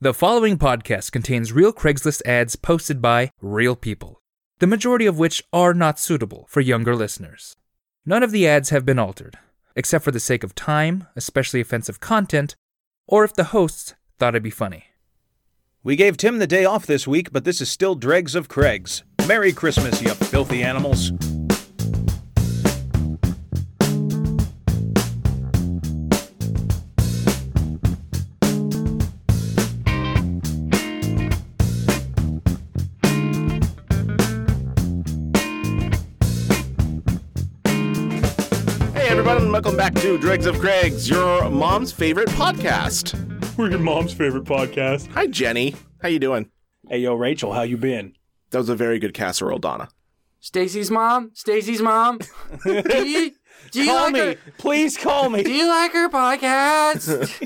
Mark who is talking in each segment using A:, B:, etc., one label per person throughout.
A: The following podcast contains real Craigslist ads posted by real people, the majority of which are not suitable for younger listeners. None of the ads have been altered, except for the sake of time, especially offensive content, or if the hosts thought it'd be funny.
B: We gave Tim the day off this week, but this is still Dregs of Craigs. Merry Christmas, you filthy animals.
C: Hey everybody, and welcome back to Dregs of Craigs, your mom's favorite podcast.
D: We're your mom's favorite podcast.
C: Hi Jenny, how you doing?
D: Hey yo, Rachel, how you been?
C: That was a very good casserole, Donna.
E: Stacy's mom. Stacy's mom. do you, do you
D: Call
E: like
D: me,
E: her?
D: please call
E: Do
D: me.
E: you like her podcast?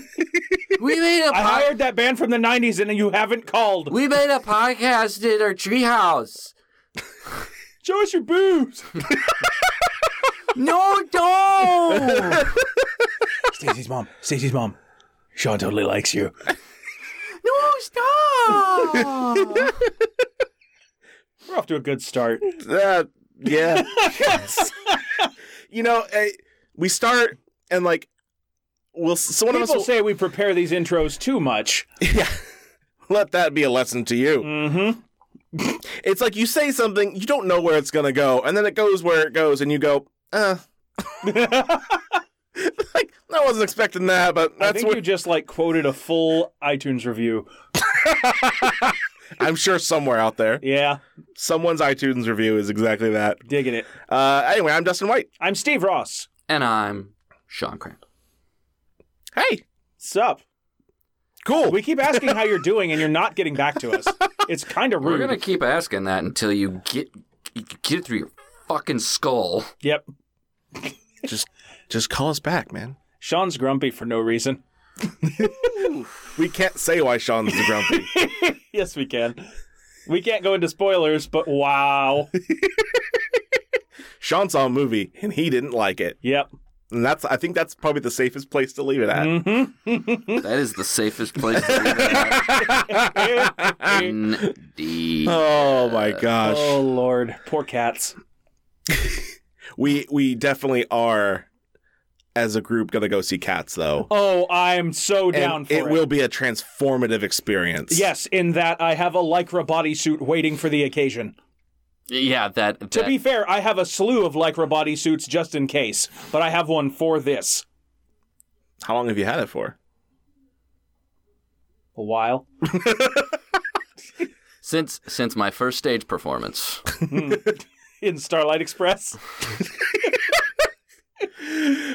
E: we made a
D: I
E: po-
D: hired that band from the '90s, and you haven't called.
E: we made a podcast in her treehouse.
D: Show us your boobs.
E: No, don't.
D: Stacy's mom. Stacy's mom. Sean totally likes you.
E: no, stop.
D: We're off to a good start.
C: Uh, yeah. you know, eh, we start and like, we'll so one of us
D: People
C: will
D: say we prepare these intros too much.
C: let that be a lesson to you.
D: Mm-hmm.
C: It's like you say something, you don't know where it's gonna go, and then it goes where it goes, and you go, uh. like I wasn't expecting that, but
D: I
C: that's
D: think
C: what
D: you just like quoted a full iTunes review.
C: I'm sure somewhere out there,
D: Yeah,
C: someone's iTunes review is exactly that.
D: digging it.
C: Uh, anyway, I'm Dustin White.
D: I'm Steve Ross.
E: and I'm Sean Cramp.
C: Hey,
D: Sup?
C: cool.
D: We keep asking how you're doing, and you're not getting back to us. It's kind of
E: We're
D: rude.
E: gonna keep asking that until you get get it through your fucking skull.
D: Yep.
C: just just call us back, man.
D: Sean's grumpy for no reason.
C: We can't say why Sean's the grumpy.
D: Yes, we can. We can't go into spoilers, but wow.
C: Sean saw a movie and he didn't like it,
D: Yep.
C: and that's I think that's probably the safest place to leave it at.
E: That is the safest place to leave it.
D: Mm-hmm.
E: at. Indeed.
D: Uh,
C: Oh my gosh,
D: oh Lord, poor cats.
C: we we definitely are as a group gonna go see Cats though.
D: Oh, I'm so
C: And
D: down for it.
C: it will be a transformative experience.
D: Yes, in that I have a lycra bodysuit waiting for the occasion.
E: Yeah, that. that
D: To be fair, I have a slew of lycra bodysuits just in case, but I have one for this.
C: How long have you had it for?
D: A while.
E: since since my first stage performance.
D: In Starlight Express.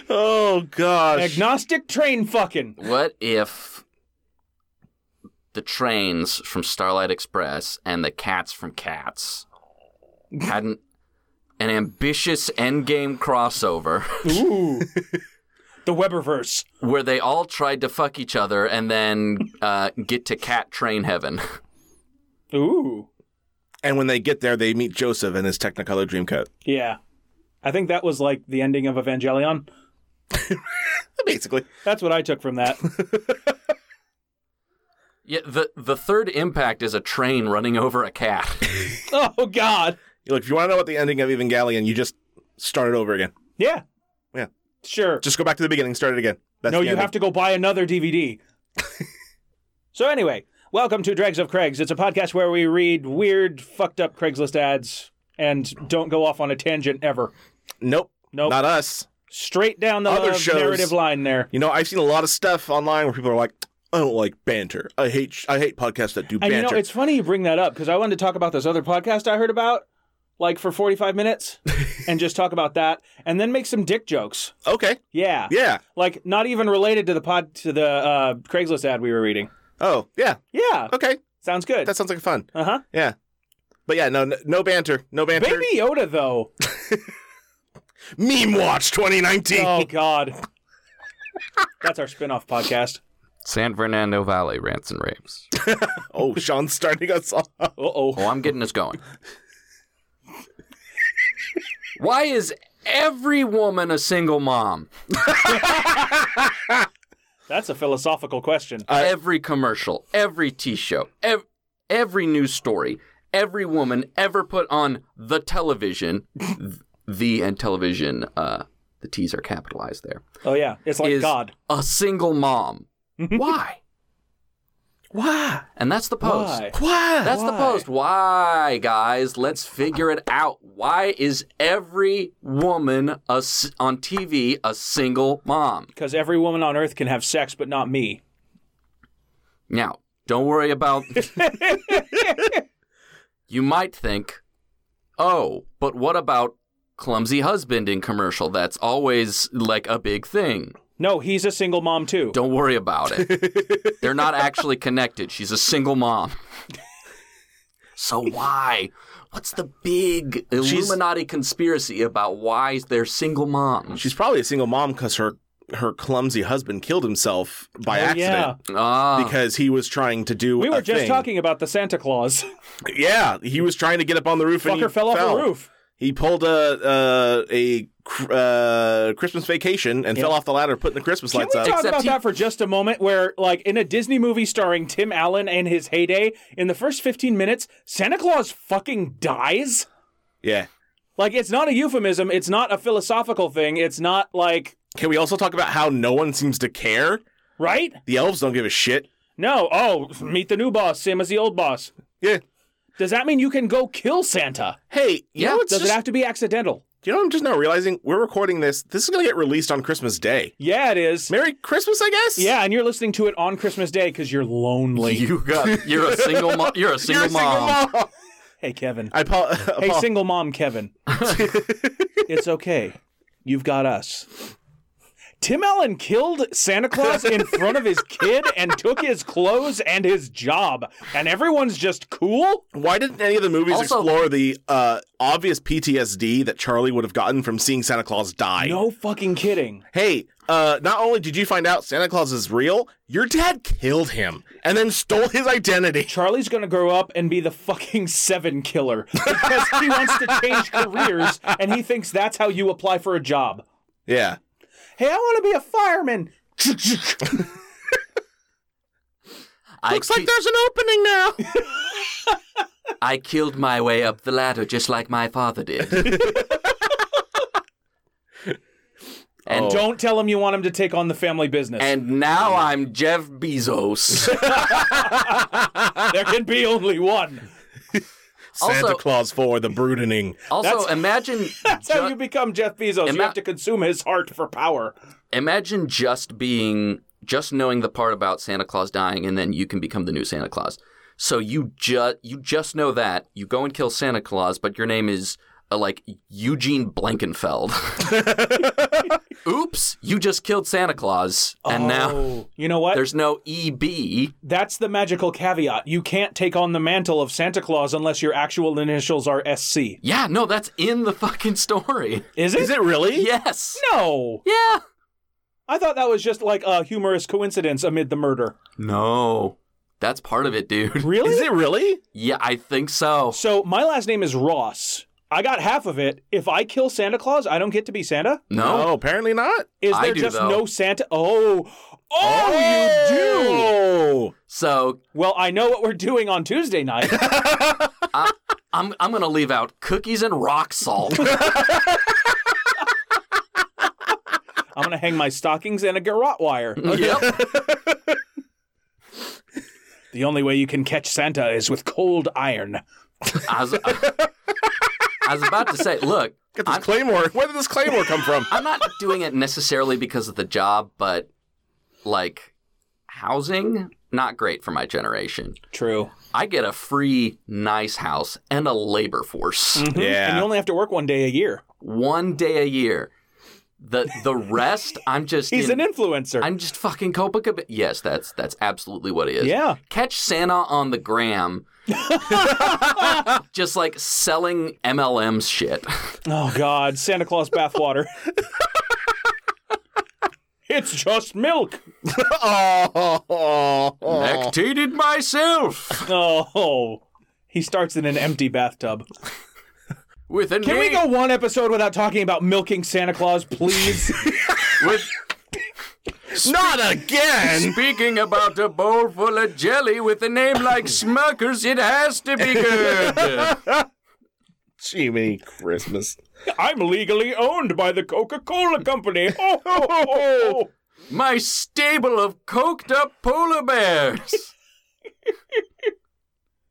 C: Oh gosh.
D: Agnostic train fucking.
E: What if the trains from Starlight Express and the cats from Cats hadn't an ambitious endgame crossover
D: Ooh. the Weberverse.
E: where they all tried to fuck each other and then uh, get to cat train heaven?
D: Ooh.
C: and when they get there, they meet Joseph and his Technicolor Dreamcoat.
D: Yeah. I think that was like the ending of Evangelion.
C: Basically,
D: That's what I took from that.
E: Yeah, the the third impact is a train running over a cat.
D: oh God.
C: look if you want to know what the ending of Evangelion, you just start it over again.
D: Yeah.
C: Yeah.
D: Sure.
C: Just go back to the beginning, start it again. That's
D: no,
C: the
D: you
C: ending.
D: have to go buy another DVD. so anyway, welcome to Dregs of Craigs. It's a podcast where we read weird, fucked up Craigslist ads and don't go off on a tangent ever.
C: Nope.
D: Nope.
C: Not us.
D: Straight down the
C: Other shows.
D: narrative line there.
C: You know, I've seen a lot of stuff online where people are like, I don't like banter. I hate I hate podcasts that do
D: And
C: banter.
D: you know, it's funny you bring that up because I wanted to talk about this other podcast I heard about, like for forty-five minutes, and just talk about that, and then make some dick jokes.
C: okay.
D: Yeah,
C: Yeah.
D: like not even related to the pod to the uh, Craigslist ad we were reading.
C: Oh, yeah.
D: Yeah,
C: Okay.
D: sounds good.
C: That sounds like fun.
D: Uh huh.
C: Yeah. But yeah, no, no, no banter. No banter.
D: Baby Yoda, though.
C: Meme Watch 2019.
D: Oh God. That's our spin-off podcast.
E: San Fernando Valley rants and raves.
C: Oh, Sean's starting us off.
D: Uh oh.
E: Oh, I'm getting us going. Why is every woman a single mom?
D: That's a philosophical question.
C: I-
E: every commercial, every T show, ev- every news story, every woman ever put on the television, th- the and television, uh, the T's are capitalized there,
D: Oh yeah, it's like
E: is
D: God.
E: a single mom. Why? Why? And that's the post.
D: Why?
E: Why? That's the
D: Why?
E: post. Why, guys? Let's figure it out. Why is every woman a s on TV a single mom?
D: Because every woman on earth can have sex, but not me.
E: Now, don't worry about. you might think, oh, but what about clumsy husband in commercial? That's always like a big thing.
D: No, he's a single mom too.
E: Don't worry about it. They're not actually connected. She's a single mom. so why? What's the big Illuminati conspiracy about why they're single moms?
C: She's probably a single mom because her her clumsy husband killed himself by
D: Oh, yeah.
C: accident
E: Ah,
C: because he was trying to do.
D: We were
C: a
D: just
C: thing.
D: talking about the Santa Claus.
C: Yeah, he was trying to get up on the roof and he
D: Fucker fell off
C: fell.
D: the roof.
C: He pulled a a, a uh, Christmas vacation and fell off the ladder, putting the Christmas
D: Can
C: lights
D: we
C: up.
D: talk
E: Except
D: about
E: he-
D: that for just a moment? Where, like, in a Disney movie starring Tim Allen and his heyday, in the first 15 minutes, Santa Claus fucking dies?
C: yeah.
D: Like, it's not a euphemism. It's not a philosophical thing. It's not like,
C: Can we also talk about how no one seems to care?
D: right?
C: The elves don't give a shit.
D: No. Oh, meet the new boss, same as the old boss.
C: Yeah.
D: Does that mean you can go kill Santa?
C: Hey, you
E: Yeah,
C: know what's
D: Does
C: just-
D: it have to be accidental?
C: you know what I'm just now realizing? We're recording this. This is gonna get released on Christmas Day.
D: Yeah, it is.
C: Merry Christmas, I guess.
D: Yeah, and you're listening to it on Christmas Day because you're lonely.
E: you got. You're a single mom. You're a
C: You're
E: single
C: a single
E: mom.
C: mom.
D: Hey, Kevin.
C: I apo-
D: Hey,
C: apo-
D: single mom, Kevin. it's okay. You've got us. Tim Allen killed Santa Claus in front of his kid and took his clothes and his job, and everyone's just cool.
C: Why didn't any of the movies
E: Also-
C: explore the uh, obvious PTSD that Charlie would have gotten from seeing Santa Claus die?
D: No fucking kidding.
C: Hey, uh, not only did you find out Santa Claus is real, your dad killed him and then stole his identity.
D: Charlie's gonna grow up and be the fucking seven killer because he wants to change careers and he thinks that's how you apply for a job.
C: Yeah.
D: Hey, I want to be a fireman.
E: I
C: Looks like
E: keep-
C: there's an opening now.
E: I killed my way up the ladder just like my father did. and
D: Don't tell him you want him to take on the family business.
E: Oh. and now I'm Jeff Bezos.
D: there can be only one.
C: Santa
E: Also-
C: Claus for the brooding.
E: also, imagine
D: That's how you become Jeff Bezos.
E: Ima-
D: you have to consume his heart for power.
E: imagine just being just knowing the part about Santa Claus dying and then you can become the new Santa Claus. So you just you just know that you go and kill Santa Claus, but your name is uh, like Eugene Blankenfeld. Oops, you just killed Santa Claus, and now
D: Oh, you know what?
E: there's no E EB.
D: That's the magical caveat. You can't take on the mantle of Santa Claus unless your actual initials are SC.
E: Yeah, no, that's in the fucking story.
D: Is it?
C: Is it really?
E: Yes.
D: No.
E: Yeah.
D: I thought that was just like a humorous coincidence amid the murder.
E: No. That's part of it, dude.
D: Really?
C: Is it really?
E: Yeah, I think so.
D: So my last name is Ross. I got half of it. If I kill Santa Claus, I don't get to be Santa?
E: No.
C: Oh, apparently not.
D: Is
E: I
D: there
E: do,
D: just
E: though.
D: no Santa? Oh. Oh, you do.
C: do.
E: So
D: Well, I know what we're doing on Tuesday night.
E: I'm I'm gonna leave out cookies and rock salt.
D: I'm gonna hang my stockings in a garrote wire.
E: yep.
D: The only way you can catch Santa is with cold iron.
E: I was, I, was about to say, look,
C: Get this
E: I'm,
C: claymore. Where did this claymore come from?
E: I'm not doing it necessarily because of the job, but like housing, not great for my generation.
D: True.
E: I get a free nice house and a labor force.
C: Mm-hmm.
D: And you only have to work one day a year.
E: One day a year. The the rest I'm just
D: He's
E: in,
D: an influencer.
E: I'm just fucking Copacabana. Yes, that's that's absolutely what it is.
D: Yeah.
E: Catch Santa on the gram, just like selling MLM shit.
D: oh God, Santa Claus bathwater. it's just milk.
C: Oh, oh, oh.
E: Lactated myself
D: Oh. He starts in an empty bathtub.
E: with a
D: Can we
E: name-
D: go one episode without talking about milking Santa Claus, please?
E: with
C: Not again!
E: Speaking about a bowl full of jelly with a name like Smuckers, it has to be good.
C: Jiminy Christmas.
D: I'm legally owned by the Coca-Cola Company. Ho, ho, ho, ho.
E: My stable of coked up polar bears.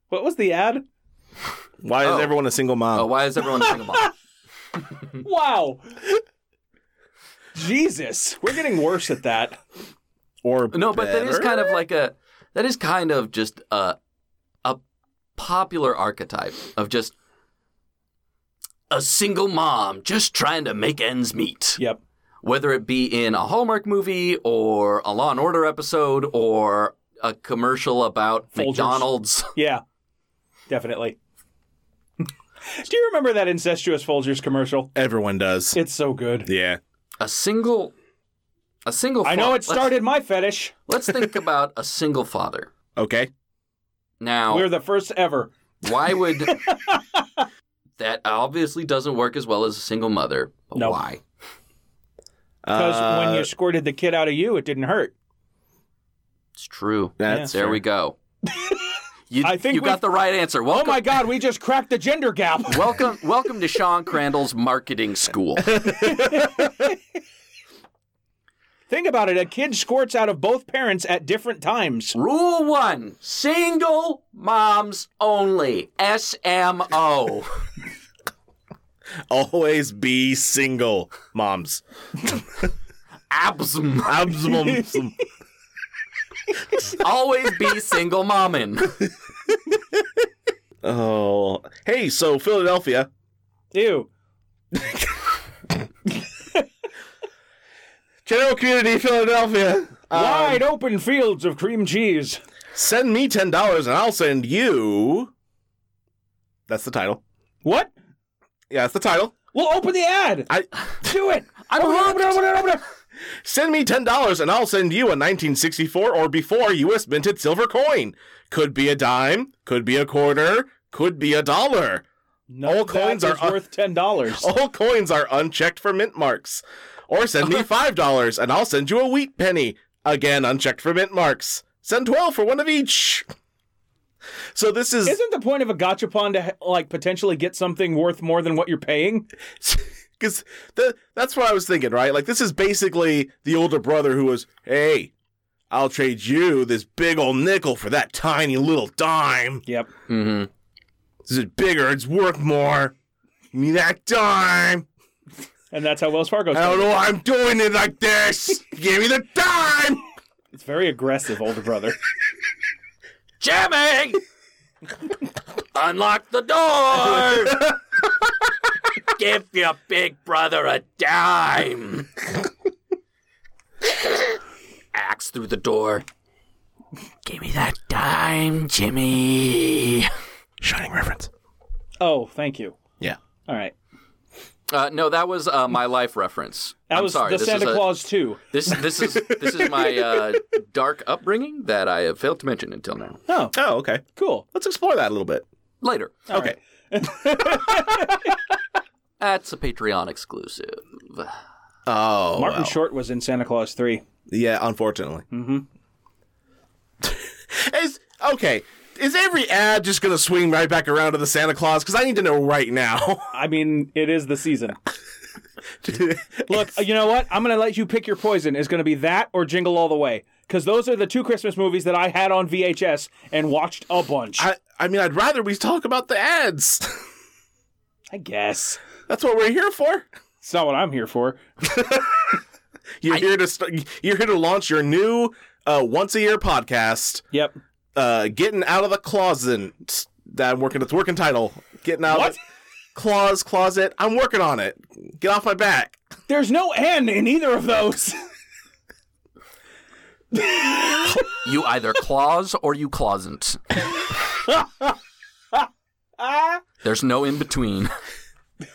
D: What was the ad?
C: Why
E: Oh.
C: is everyone a single mom?
E: Oh, why is everyone single mom?
D: Wow. Jesus, we're getting worse at that.
C: Or
E: No, but that is
C: better?
E: kind of like a that is kind of just a a popular archetype of just a single mom just trying to make ends meet.
D: Yep.
E: Whether it be in a Hallmark movie or a Law and Order episode or a commercial about
D: Folgers.
E: McDonald's.
D: Yeah, definitely. Do you remember that incestuous Folgers commercial?
C: everyone does.
D: It's so good.
C: Yeah.
E: A single a
C: Oh,
E: single
D: I know
E: fa-
D: it started my fetish.
E: Let's, let's think about a single father.
C: Okay.
E: Now
D: We're the first ever.
E: Why would that obviously doesn't work as well as a single mother? But
D: No.
E: Why?
D: Because when
C: Uh,
D: you squirted the kid out of you, it didn't hurt.
E: It's true.
C: That's
E: there we go. You,
D: I think
E: you got
D: we've-
E: the right answer.
D: Oh
E: Welcome,
D: my God, we just cracked the gender gap.
E: welcome, welcome to Sean Crandall's marketing school.
D: Think about it. A kid squirts out of both parents at different times.
E: Rule one: single moms only. SMO.
C: Always be single, moms.
E: Absm.
C: Abs- moms.
E: Always be single mommin.
C: oh. Hey, so Philadelphia.
D: Ew.
C: General Community Philadelphia. Uh,
D: Wide open fields of cream cheese.
C: send me $10 and I'll send you. That's the title.
D: What?
C: Yeah, that's the title.
D: Well, open the ad.
C: I
D: Do it.
E: I'm
D: Open it, open it, open it, open it.
C: Send me $10 and I'll send you a 1964 or before US minted silver coin. Could be a dime, could be a quarter, could be a dollar.
D: None
C: All
D: of that
C: coins
D: is
C: are-
D: worth ten dollars.
C: All coins are unchecked for mint marks. Or send me $5 and I'll send you a wheat penny. Again, unchecked for mint marks. Send 12 for one of each. So this is
D: Isn't the point of a gachapon to like potentially get something worth more than what you're paying?
C: because that's what I was thinking, right? Like this is basically the older brother who was, "Hey, I'll trade you this big old nickel for that tiny little dime.
D: Yep.
E: hmm
C: This is bigger. It's worth more. Give Me that dime.
D: And that's how Wells Fargo's.
C: I don't
D: done it.
C: know why I'm doing it like this. Give me the dime."
D: It's very aggressive, older brother.
E: Jimmy, unlock the door. Give your big brother a dime. Axe through the door. Give me that dime, Jimmy.
C: Shining reference.
D: oh, thank you.
C: Yeah.
D: All right.
E: Uh, no, that was uh, my life reference.
D: That
E: I'm
D: was
E: sorry.
D: the
E: this
D: Santa
E: is a-
D: Claus too.
E: This this is this is my uh, dark upbringing that I have failed to mention until now.
D: Oh,
C: Oh, okay.
D: cool.
C: Let's explore that a little bit.
E: Later.
D: All
C: okay.
E: That's a Patreon exclusive.
C: Oh,
D: Martin
C: wow.
D: Short was in Santa Claus three.
C: yeah. Unfortunately. Mm-hmm. is okay. Is every ad just gonna swing right back around to the Santa Claus? Because I need to know right now.
D: I mean, it is the season. Look, you know what? I'm gonna let you pick your poison. It's gonna be that or Jingle All the Way, because those are the two Christmas movies that I had on VHS and watched a bunch.
C: I, I mean, I'd rather we talk about the ads.
D: I guess
C: That's what we're here for.
D: it's not what I'm here for.
C: You're here to st- you're here to launch your new uh, once a year podcast,
D: Yep.
C: uh, getting out of the closet. That I'm working. It's working title. Getting out.
D: What?
C: Of the claws closet. I'm working on it. Get off my back.
D: There's no N in either of those.
E: You either claws or you clawsn't. There's no in between.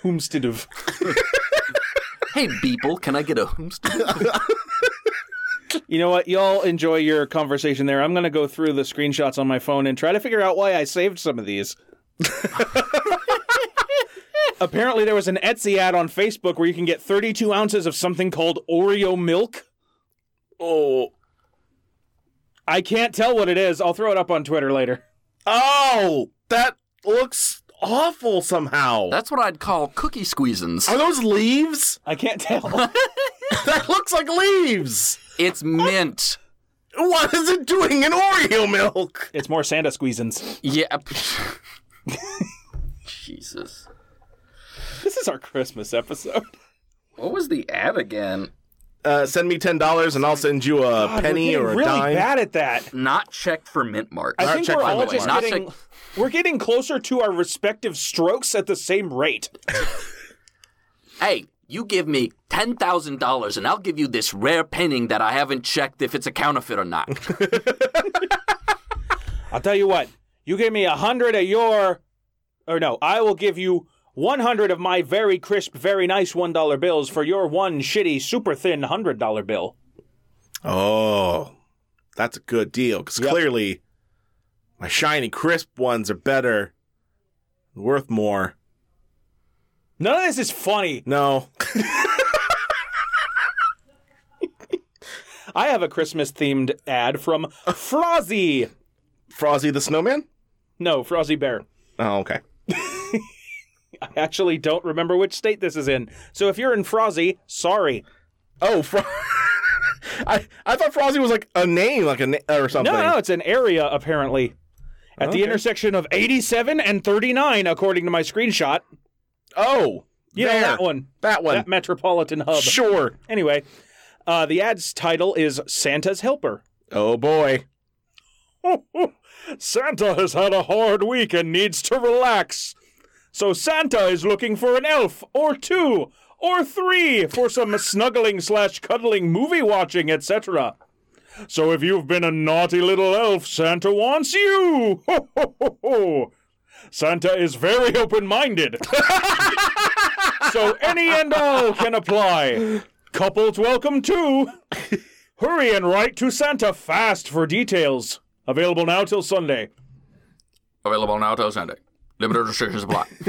D: Homestead of.
E: Hey, people, can I get a homestead?
D: You know what? Y'all enjoy your conversation there. I'm going to go through the screenshots on my phone and try to figure out why I saved some of these. Apparently, there was an Etsy ad on Facebook where you can get 32 ounces of something called Oreo milk.
C: Oh.
D: I can't tell what it is. I'll throw it up on Twitter later.
C: Oh, that looks awful somehow.
E: That's what I'd call cookie squeezins.
C: Are those leaves?
D: I can't tell.
C: that looks like leaves.
E: It's mint.
C: What is it doing in Oreo milk?
D: it's more Santa squeezins.
E: Yeah. Jesus.
D: This is our Christmas episode.
E: What was the ad again?
C: Uh, send me ten dollars, and I'll send you a
D: God, we're
C: penny
D: getting
C: or a
D: really
C: dime.
D: bad at that.
E: Not checked for mint marks.
D: I
C: Not
D: think
C: checked
D: we're
C: by
D: all
C: the
D: just
E: way. Not
D: getting we're getting closer to our respective strokes at the same rate.
E: hey, you give me ten thousand dollars, and I'll give you this rare painting that I haven't checked if it's a counterfeit or not.
D: I'll tell you what. You give me a hundred of your, or no, I will give you one hundred of my very crisp, very nice one dollar bills for your one shitty, super thin hundred dollar bill.
C: Oh, that's a good deal because clearly my shiny, crisp ones are better, worth more.
D: None of this is funny.
C: No,
D: I have a Christmas themed ad from Frozzy.
C: Frozzy the Snowman.
D: No, Frozzy Bear.
C: Oh, okay.
D: I actually don't remember which state this is in. So if you're in Frozzy, sorry.
C: Oh, Fro- I I thought Frozzy was like a name, like a na- or something.
D: No, no, it's an area apparently. At the intersection of 87 and 39, according to my screenshot.
C: Oh,
D: You know
C: there.
D: that one.
C: That one.
D: That metropolitan hub.
C: Sure.
D: Anyway, uh, the ad's title is Santa's Helper.
C: Oh boy.
D: Santa has had a hard week and needs to relax. So Santa is looking for an elf, or two, or three for some snuggling slash cuddling movie watching, etc. So if you've been a naughty little elf, Santa wants you! Ho ho ho ho! Santa is very open minded. so any and all can apply. Couples welcome too. Hurry and write to Santa fast for details. Available now till Sunday.
E: Available now till Sunday. Limited restrictions apply.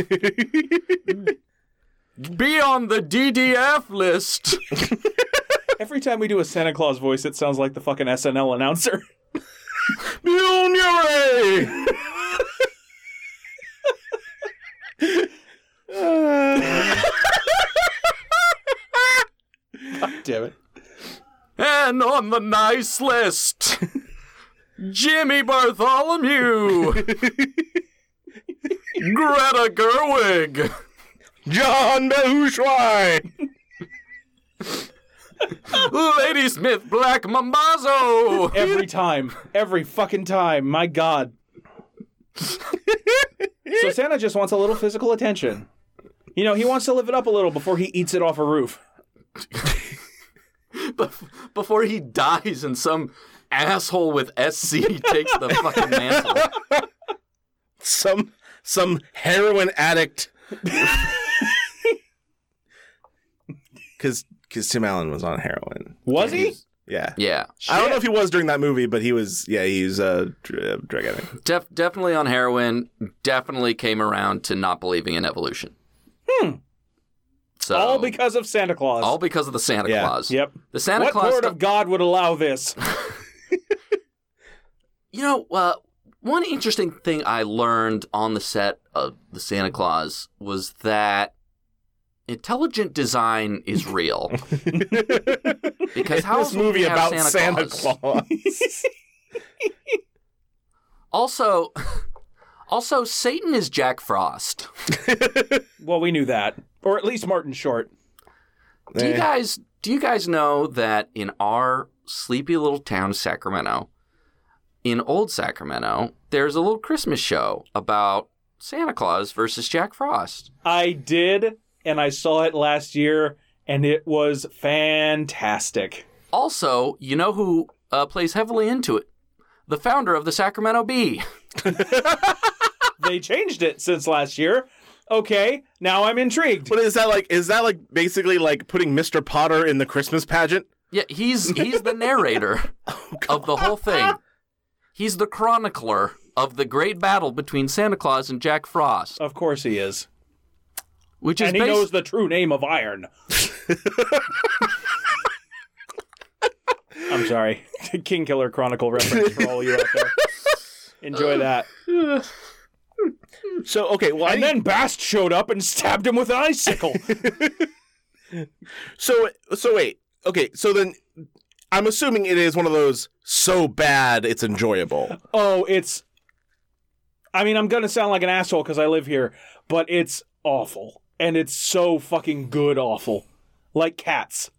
E: Be on the DDF list.
D: Every time we do a Santa Claus voice, it sounds like the fucking SNL announcer.
C: Mjolnir!
D: Damn it.
E: and on the nice list, Jimmy Bartholomew, Greta Gerwig,
C: John Belushi.
E: Lady Smith Black Mambazo.
D: Every time. Every fucking time. My God. so Santa just wants a little physical attention. You know, he wants to live it up a little before he eats it off a roof.
E: Bef- before he dies and some asshole with SC takes the fucking mantle.
C: Some some heroin addict. Because because Tim Allen was on heroin.
D: Was he?
C: Yeah.
E: Yeah.
C: I don't know if he was during that movie, but he was. Yeah, he's a uh, drug addict.
E: Def- definitely on heroin, definitely came around to not believing in evolution. Hmm. So
D: All because of Santa Claus.
E: all because of the Santa
C: Yeah.
E: Claus.
D: Yep.
E: The Santa
D: what
E: Claus
D: word of God would allow this?
E: You know, uh, one interesting thing I learned on the set of The Santa Claus was that intelligent design is real. because how
C: this
E: else would
C: movie
E: we have
C: about Santa, Claus.
E: Also, also Satan is Jack Frost.
D: well, we knew that. Or at least Martin Short.
E: Do you
C: Eh.
E: guys do you guys know that in our sleepy little town Sacramento, in old Sacramento, there's a little Christmas show about Santa Claus versus Jack Frost.
D: I did, and I saw it last year, and it was fantastic.
E: Also, you know who uh, plays heavily into it? The founder of the Sacramento Bee.
D: they changed it since last year. Okay, now I'm intrigued.
C: But is that like? Is that like basically like putting Mr. Potter in the Christmas pageant?
E: Yeah, he's he's the narrator of the whole thing. He's the chronicler of the great battle between Santa Claus and Jack Frost,
D: Of course he is.
E: which is
D: And he
E: based-
D: knows the true name of iron. I'm sorry. King Killer Chronicle reference for all you out there. Enjoy that.
B: So okay, well, I
D: And
B: need-
D: then Bast showed up and stabbed him with an icicle.
C: So so wait. Okay, so then I'm assuming it is one of those so bad it's enjoyable.
D: oh, it's. I mean, I'm gonna sound like an asshole because I live here, but it's awful, and it's so fucking good, awful, like cats.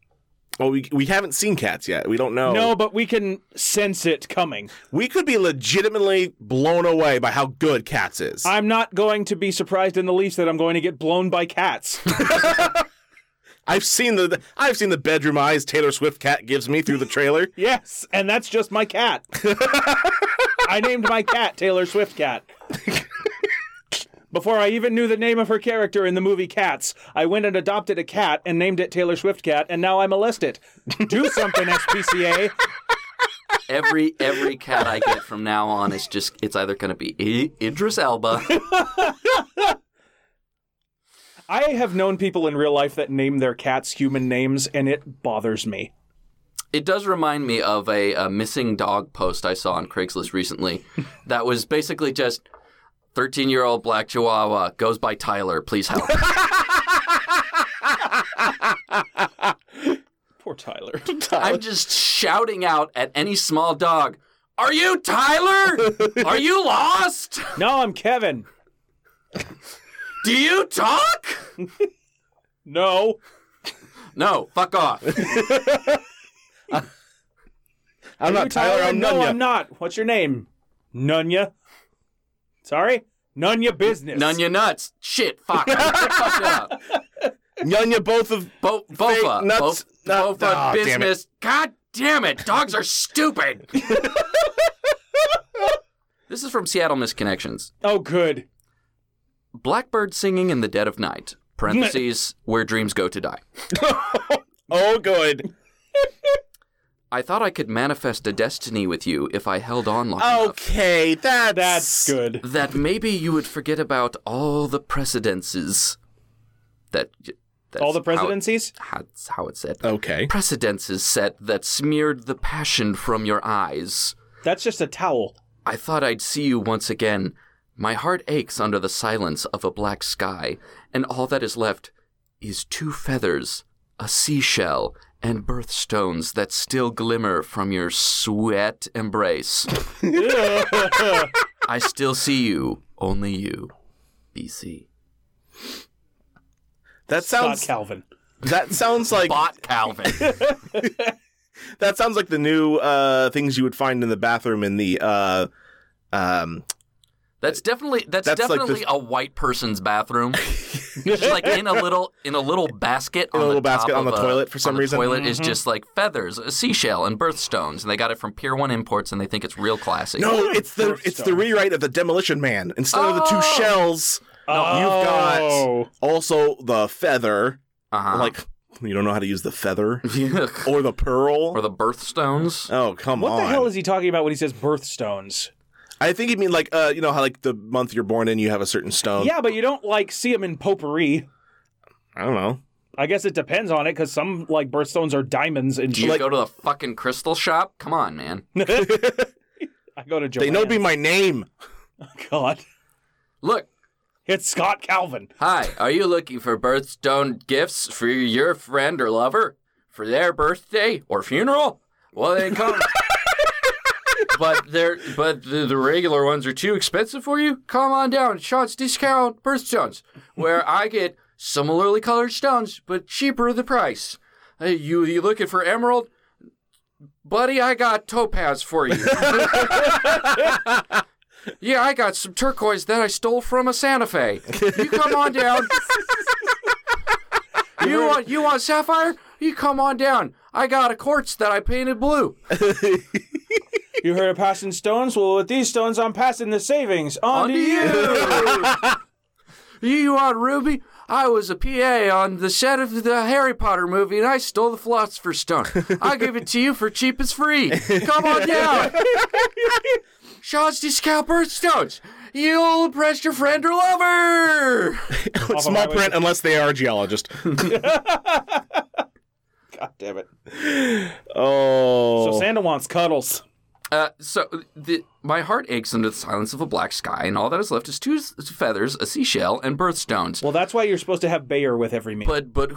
C: Well, we we haven't seen cats yet. We don't know.
D: No, but we can sense it coming.
C: we could be legitimately blown away by how good cats is.
D: I'm not going to be surprised in the least that I'm going to get blown by cats.
C: I've seen the I've seen the bedroom eyes Taylor Swift cat gives me through the trailer.
D: yes, and that's just my cat. I named my cat Taylor Swift Cat. Before I even knew the name of her character in the movie Cats, I went and adopted a cat and named it Taylor Swift Cat, and now I molest it. Do something, SPCA.
E: Every every cat I get from now on is just it's either going to be I- Idris Elba.
D: I have known people in real life that name their cats human names, and it bothers me.
E: It does remind me of a, a missing dog post I saw on Craigslist recently. that was basically just 13 year old black chihuahua goes by Tyler. Please help.
D: Poor Tyler.
E: I'm just shouting out at any small dog. Are you Tyler? Are you lost?
D: no, I'm Kevin.
E: Do you talk?
D: No.
E: No, fuck off.
B: I'm
D: Are
B: not
D: you
B: Tyler. I'm
D: no,
B: Nunya.
D: I'm not. What's your name? Nunya. Sorry? None your business.
E: None your nuts. Shit, fuck. I fucked it up.
B: Nunya, both of
E: Bo- bofa.
B: nuts,
E: Bof-
B: nut-
E: bofa
B: Ah, damn it.
E: business. God damn it. Dogs are stupid. this is from Seattle Misconnections.
D: Oh, good.
E: Blackbird singing in the dead of night. Parentheses, where dreams go to die.
B: oh, good.
E: I thought I could manifest a destiny with you if I held on long
C: Oh,
E: enough.
B: Okay, that's
D: That's good.
E: that maybe you would forget about all the precedences that that's
D: All the
E: how it-
D: presidencies?
E: that's how it said
B: okay.
E: precedences set that smeared the passion from your eyes
D: That's just a towel.
E: i thought i'd see you once again my heart aches under the silence of a black sky and all that is left is two feathers a seashell and birthstones that still glimmer from your sweat embrace i still see you only you bc
C: That
D: Not
C: sounds
D: Calvin.
C: that sounds like
E: bought Calvin.
C: that sounds like the new uh, things you would find in the bathroom in the uh, um,
E: That's definitely that's,
C: That's like
E: definitely a white person's bathroom. Just like in a little in a little basket
C: In a
E: on
C: little
E: the top
C: basket on
E: of
C: the
E: a-
C: toilet for
E: on
C: some
E: the
C: reason.
E: Toilet is just like feathers, a seashell, and birthstones, and they got it from Pier One Imports, and they think it's real classy.
C: No, it's the it's the rewrite of the Demolition Man. Instead of the two
E: Oh.
C: shells, you've
D: Oh.
C: got also the feather.
E: uh-huh.
C: Like you don't know how to use the feather or the pearl.
E: or the birthstones.
C: oh come
D: What
C: on!
D: the hell is he talking about when he says birthstones?
C: I think you mean like uh, you know how like the month you're born in, you have a certain
E: Oh.
C: stone.
D: Yeah, but you don't like see him in potpourri.
C: I don't know.
D: I guess it depends on it because some like birthstones are diamonds and
E: Do you
D: like
E: go to the fucking crystal shop? Come on, man.
D: I go to
C: They
D: Joanne's.
C: know be my name.
D: God.
E: Look,
D: It's Scott Calvin.
E: Hi, are you looking for birthstone gifts for your friend or lover? For their birthday or funeral? Well, they come. but they're but the, the regular ones are too expensive for you? Come on down, Sean's Discount Birthstones, where I get similarly colored stones, but cheaper the price. Uh, you, you looking for emerald? Buddy, I got topaz for you. Yeah, I got some turquoise that I stole from a Santa Fe. You come on down. you want you want sapphire? You come on down. I got a quartz that I painted blue.
D: You heard of passing stones? Well, with these stones, I'm passing the savings on,
E: On
D: to
E: to
D: you.
E: you. you want ruby? I was a PA on the set of the Harry Potter movie, and I stole the Philosopher's Stone. I give it to you for cheap as free. Come on down. Shaw's Discount Birthstones. You'll impress your friend or lover.
D: Off of
B: Small
D: Highway-
B: print, unless they are a geologist.
D: God damn it.
C: Oh.
D: So Santa wants cuddles.
E: Uh, so the, my heart aches under the silence of a black sky, and all that is left is two s- feathers, a seashell, and birthstones.
D: Well, that's why you're supposed to have Bayer with every meal.
E: But but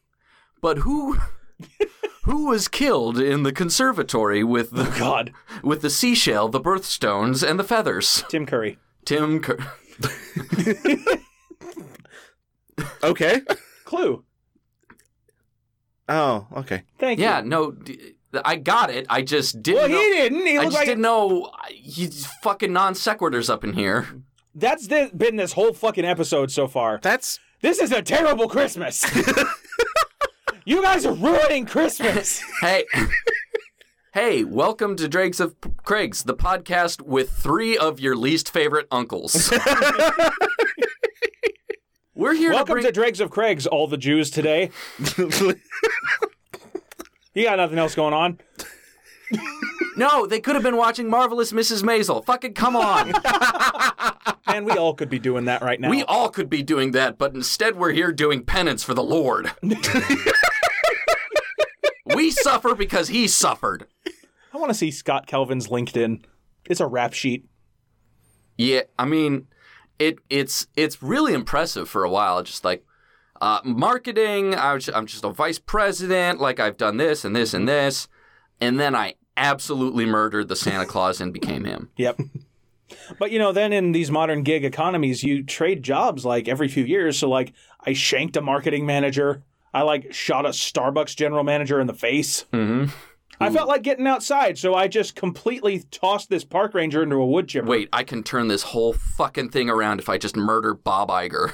E: but who who was killed in the conservatory with the
D: God,
E: with the seashell, the birthstones, and the feathers?
D: Tim Curry.
E: Tim. Cur-
C: okay.
D: Clue.
C: Oh, okay.
D: Thank
E: yeah,
D: you.
E: no, d- I got it. I just didn't.
D: Well, he
E: know-
D: didn't. He
E: I
D: looked
E: just
D: like
E: didn't know. I- He's fucking non sequiturs up in here.
D: that's thi- been this whole fucking episode so far.
C: That's
D: This is a terrible Christmas. you guys are ruining Christmas.
E: Hey. Hey, welcome to Dregs of P- Craigs, the podcast with three of your least favorite uncles. We're here
D: Welcome
E: to
D: to
E: bring
D: Dregs of Craig's All the Jews Today. you got nothing else going on?
E: No, they could have been watching Marvelous Mrs. Maisel. Fucking come on.
D: Man, we all could be doing that right now.
E: we all could be doing that, but instead we're here doing penance for the Lord. we suffer because he suffered.
D: I want to see Scott Kelvin's LinkedIn. It's a rap sheet.
E: Yeah, I mean, it it's it's really impressive for a while. Just like uh, marketing, I was, I'm just a vice president. Like I've done this and this and this, and then I absolutely murdered the Santa Claus and became him.
D: Yep. But you know, then in these modern gig economies, you trade jobs like every few years. So like, I shanked a marketing manager. I like shot a Starbucks general manager in the face.
E: Mm-hmm.
D: I felt like getting outside, so I just completely tossed this park ranger into a wood chipper.
E: Wait, I can turn this whole fucking thing around if I just murder Bob Iger.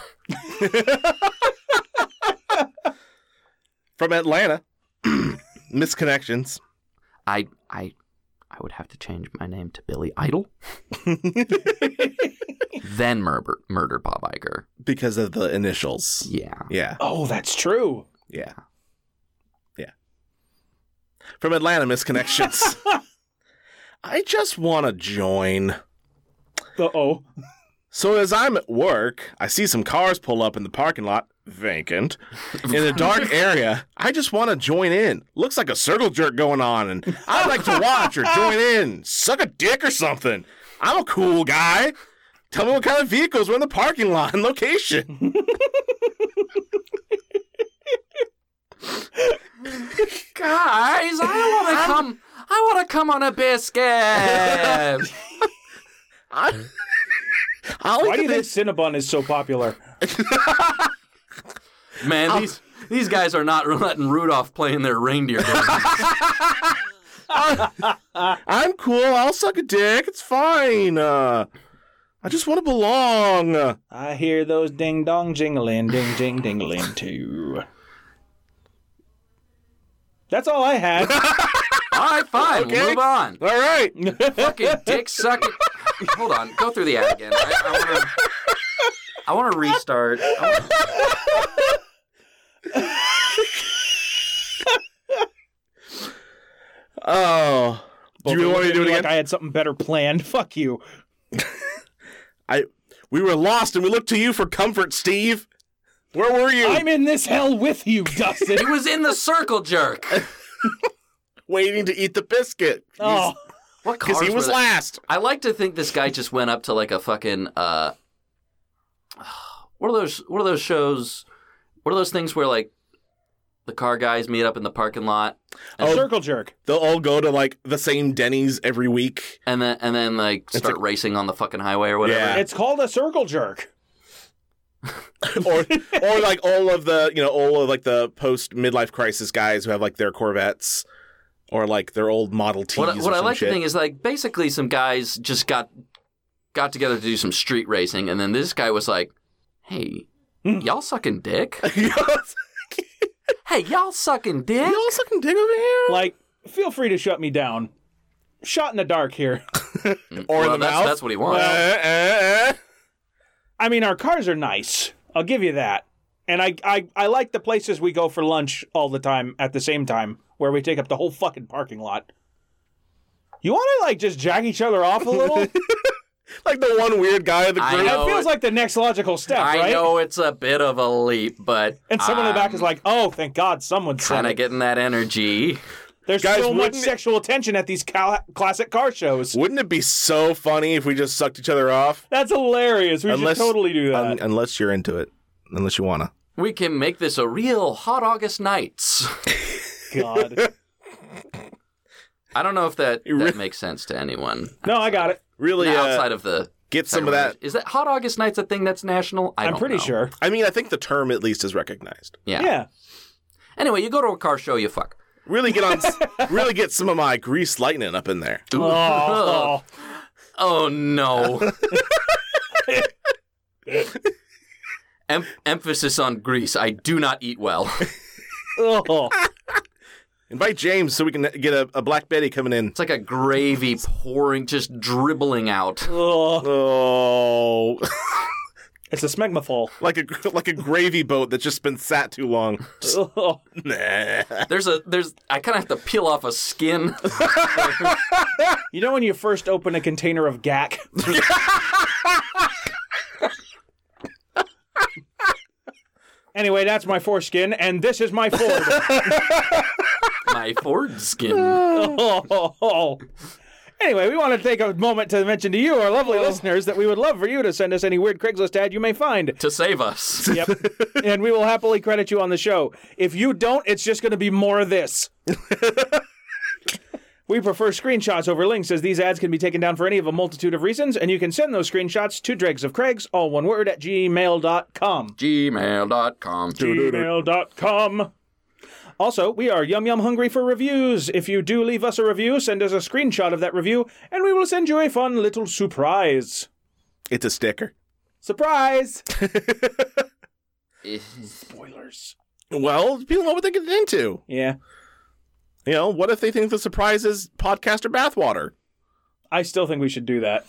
C: from Atlanta. Misconnections.
E: I I I would have to change my name to Billy Idol. then murder murder Bob Iger.
C: Because of the initials.
E: Yeah.
C: Yeah.
D: Oh, that's true.
C: Yeah. Yeah. From Atlanta Misconnections. I just want to join.
D: Uh oh.
C: So as I'm at work, I see some cars pull up in the parking lot, vacant, in a dark area. I just want to join in. Looks like a circle jerk going on, and I'd like to watch or join in, suck a dick or something. I'm a cool guy. Tell me what kind of vehicles were in the parking lot and location.
E: Guys, I want to come. I want to come on a biscuit.
C: I, I
D: Why
C: look
D: do
C: at
D: you think
C: this.
D: Cinnabon is so popular?
E: Man, these these guys are not letting Rudolph play in their reindeer. game.
C: I'm cool. I'll suck a dick. It's fine. Uh, I just want to belong.
D: I hear those ding dong jingling, ding ding dingling too. That's all I had.
E: All right, fine. we'll
C: Okay.
E: Move on.
C: All right.
E: Fucking dick sucking. Hold on. Go through the ad again. I, I want to. I want to restart. I wanna-
C: Oh. Do you want me to do it again?
D: Like I had something better planned. Fuck you.
C: I we were lost and we looked to you for comfort, Steve. Where were you?
D: I'm in this hell with you, Dustin.
E: He was in the circle jerk.
C: waiting to eat the biscuit.
D: oh,
E: What
C: Because
E: cars
C: he
E: were
C: was
E: that?
C: last.
E: I like to think this guy just went up to like a fucking uh, what are those? What are those shows? What are those things where like the car guys meet up in the parking lot,
C: Oh.
D: circle jerk.
C: They'll all go to like the same Denny's every week.
E: and then and then like start racing on the fucking highway or whatever?
C: Yeah.
D: It's called a circle jerk.
C: or or like all of the you know, all of like the post midlife crisis guys who have like their Corvettes or like their old Model T's.
E: What,
C: or
E: what I
C: some
E: like
C: shit.
E: to think is like basically some guys just got got together to do some street racing, and then this guy was like, "Hey,
C: Hmm.
E: y'all sucking dick? Hey, y'all sucking dick?
C: Y'all sucking dick over here?
D: Like, feel free to shut me down. Shot in the dark here.
C: or
E: well,
C: in the
E: that's,
C: mouth?
E: that's what he wants.
C: Eh, eh, eh.
D: I mean, our cars are nice. I'll give you that. And I, I, I like the places we go for lunch all the time at the same time, where we take up the whole fucking parking lot. You want to like just jack each other off a little?
C: Like the one weird guy in the
E: I
C: group.
E: know.
D: That feels like the next logical step,
E: I
D: right?
E: know it's a bit of a leap, but
D: And someone in the back is
E: I'm
D: like, "Oh, thank God, someone said
E: kind
D: it."
E: of getting that energy.
D: There's
C: Guys,
D: so much
C: wouldn't it-
D: sexual tension at these cal- classic car shows.
C: Wouldn't it be so funny if we just sucked each other off?
D: That's hilarious. We should totally do that.
C: un- unless you're into it. Unless you wanna.
E: We can make this a real hot August nights.
D: God.
E: I don't know if that,
C: You
E: that
C: re-
E: makes sense to anyone
D: No, I got it.
C: Really uh,
E: outside of the.
C: get some of that.
E: Is that hot August nights a thing that's national? I
D: I'm
E: don't
D: pretty
E: know.
D: sure.
C: I mean, I think the term at least is recognized.
E: Yeah.
D: Yeah.
E: Anyway, you go to a car show, you fuck.
C: Really get on s- really get some of my grease lightning up in there.
D: Oh,
E: Oh no. em- emphasis on grease. I do not eat well.
D: oh, oh.
C: Invite James so we can get a, a black Betty coming in.
E: It's like a gravy pouring, just dribbling out.
D: oh.
C: Oh,
D: It's a smegmathol.
C: like a like a gravy boat that's just been sat too long. Just,
D: Oh.
C: nah.
E: There's a there's. I kind of have to peel off a skin.
D: You know when you first open a container of gack? anyway, that's my foreskin, and this is my Ford.
E: my Ford skin.
D: Oh. Anyway, we want to take a moment to mention to you, our lovely listeners, that we would love for you to send us any weird Craigslist ad you may find.
E: To save us.
D: Yep. and we will happily credit you on the show. If you don't, it's just going to be more of this. we prefer screenshots over links as these ads can be taken down for any of a multitude of reasons, and you can send those screenshots to dregs of Craigs, all one word, at gmail.com.
E: Gmail.com.
D: gmail.com. Also, we are yum yum hungry for reviews. If you do leave us a review, send us a screenshot of that review, and we will send you a fun little surprise.
C: It's a sticker.
D: Surprise!
E: Spoilers.
C: Well, people know what they're getting into.
D: Yeah,
C: You know, what if they think the surprise is podcast or bathwater?
D: I still think we should do that.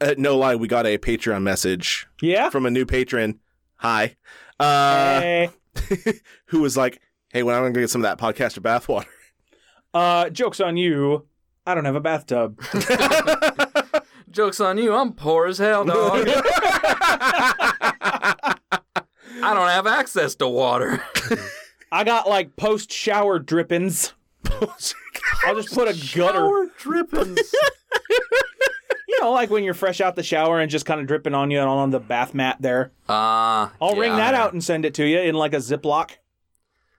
C: Uh, no lie, we got a Patreon message
D: Yeah?
C: from a new patron. Hi, uh,
D: Eh.
C: who was like, "Hey, when am I going to get some of that podcast or bathwater?"
D: Uh, joke's on you. I don't have a bathtub.
E: Joke's on you. I'm poor as hell, dog. I don't have access to water.
D: I got like post shower drippings. I'll just put a gutter.
E: drippings.
D: You know, like when you're fresh out the shower and just kind of dripping on you and on the bath mat there.
E: Uh,
D: I'll
E: yeah.
D: wring that out and send it to you in like a Ziploc.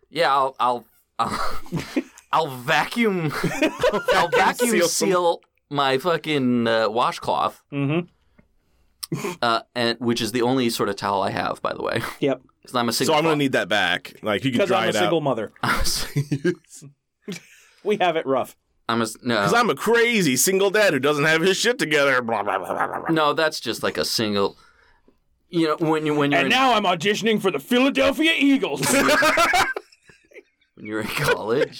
E: Yeah, I'll I'll I'll, I'll vacuum I'll vacuum seal,
C: seal some-
E: my fucking uh, washcloth.
D: Mhm.
E: Uh, and which is the only sort of towel I have, by the way,
D: Yep.
E: because I'm a
C: So
E: single.
C: I'm going to need that back. Like you can
D: Because
C: dry
D: I'm a
C: it
D: single
C: out.
D: mother.
E: need.
D: We have it rough.
E: I'm a s- no.
C: Because I'm a crazy single dad who doesn't have his shit together. Blah, blah, blah, blah, blah, blah.
E: No, that's just like a single. You know, when you when you're
D: And
E: in,
D: now I'm auditioning for the Philadelphia Eagles.
E: when you're in college,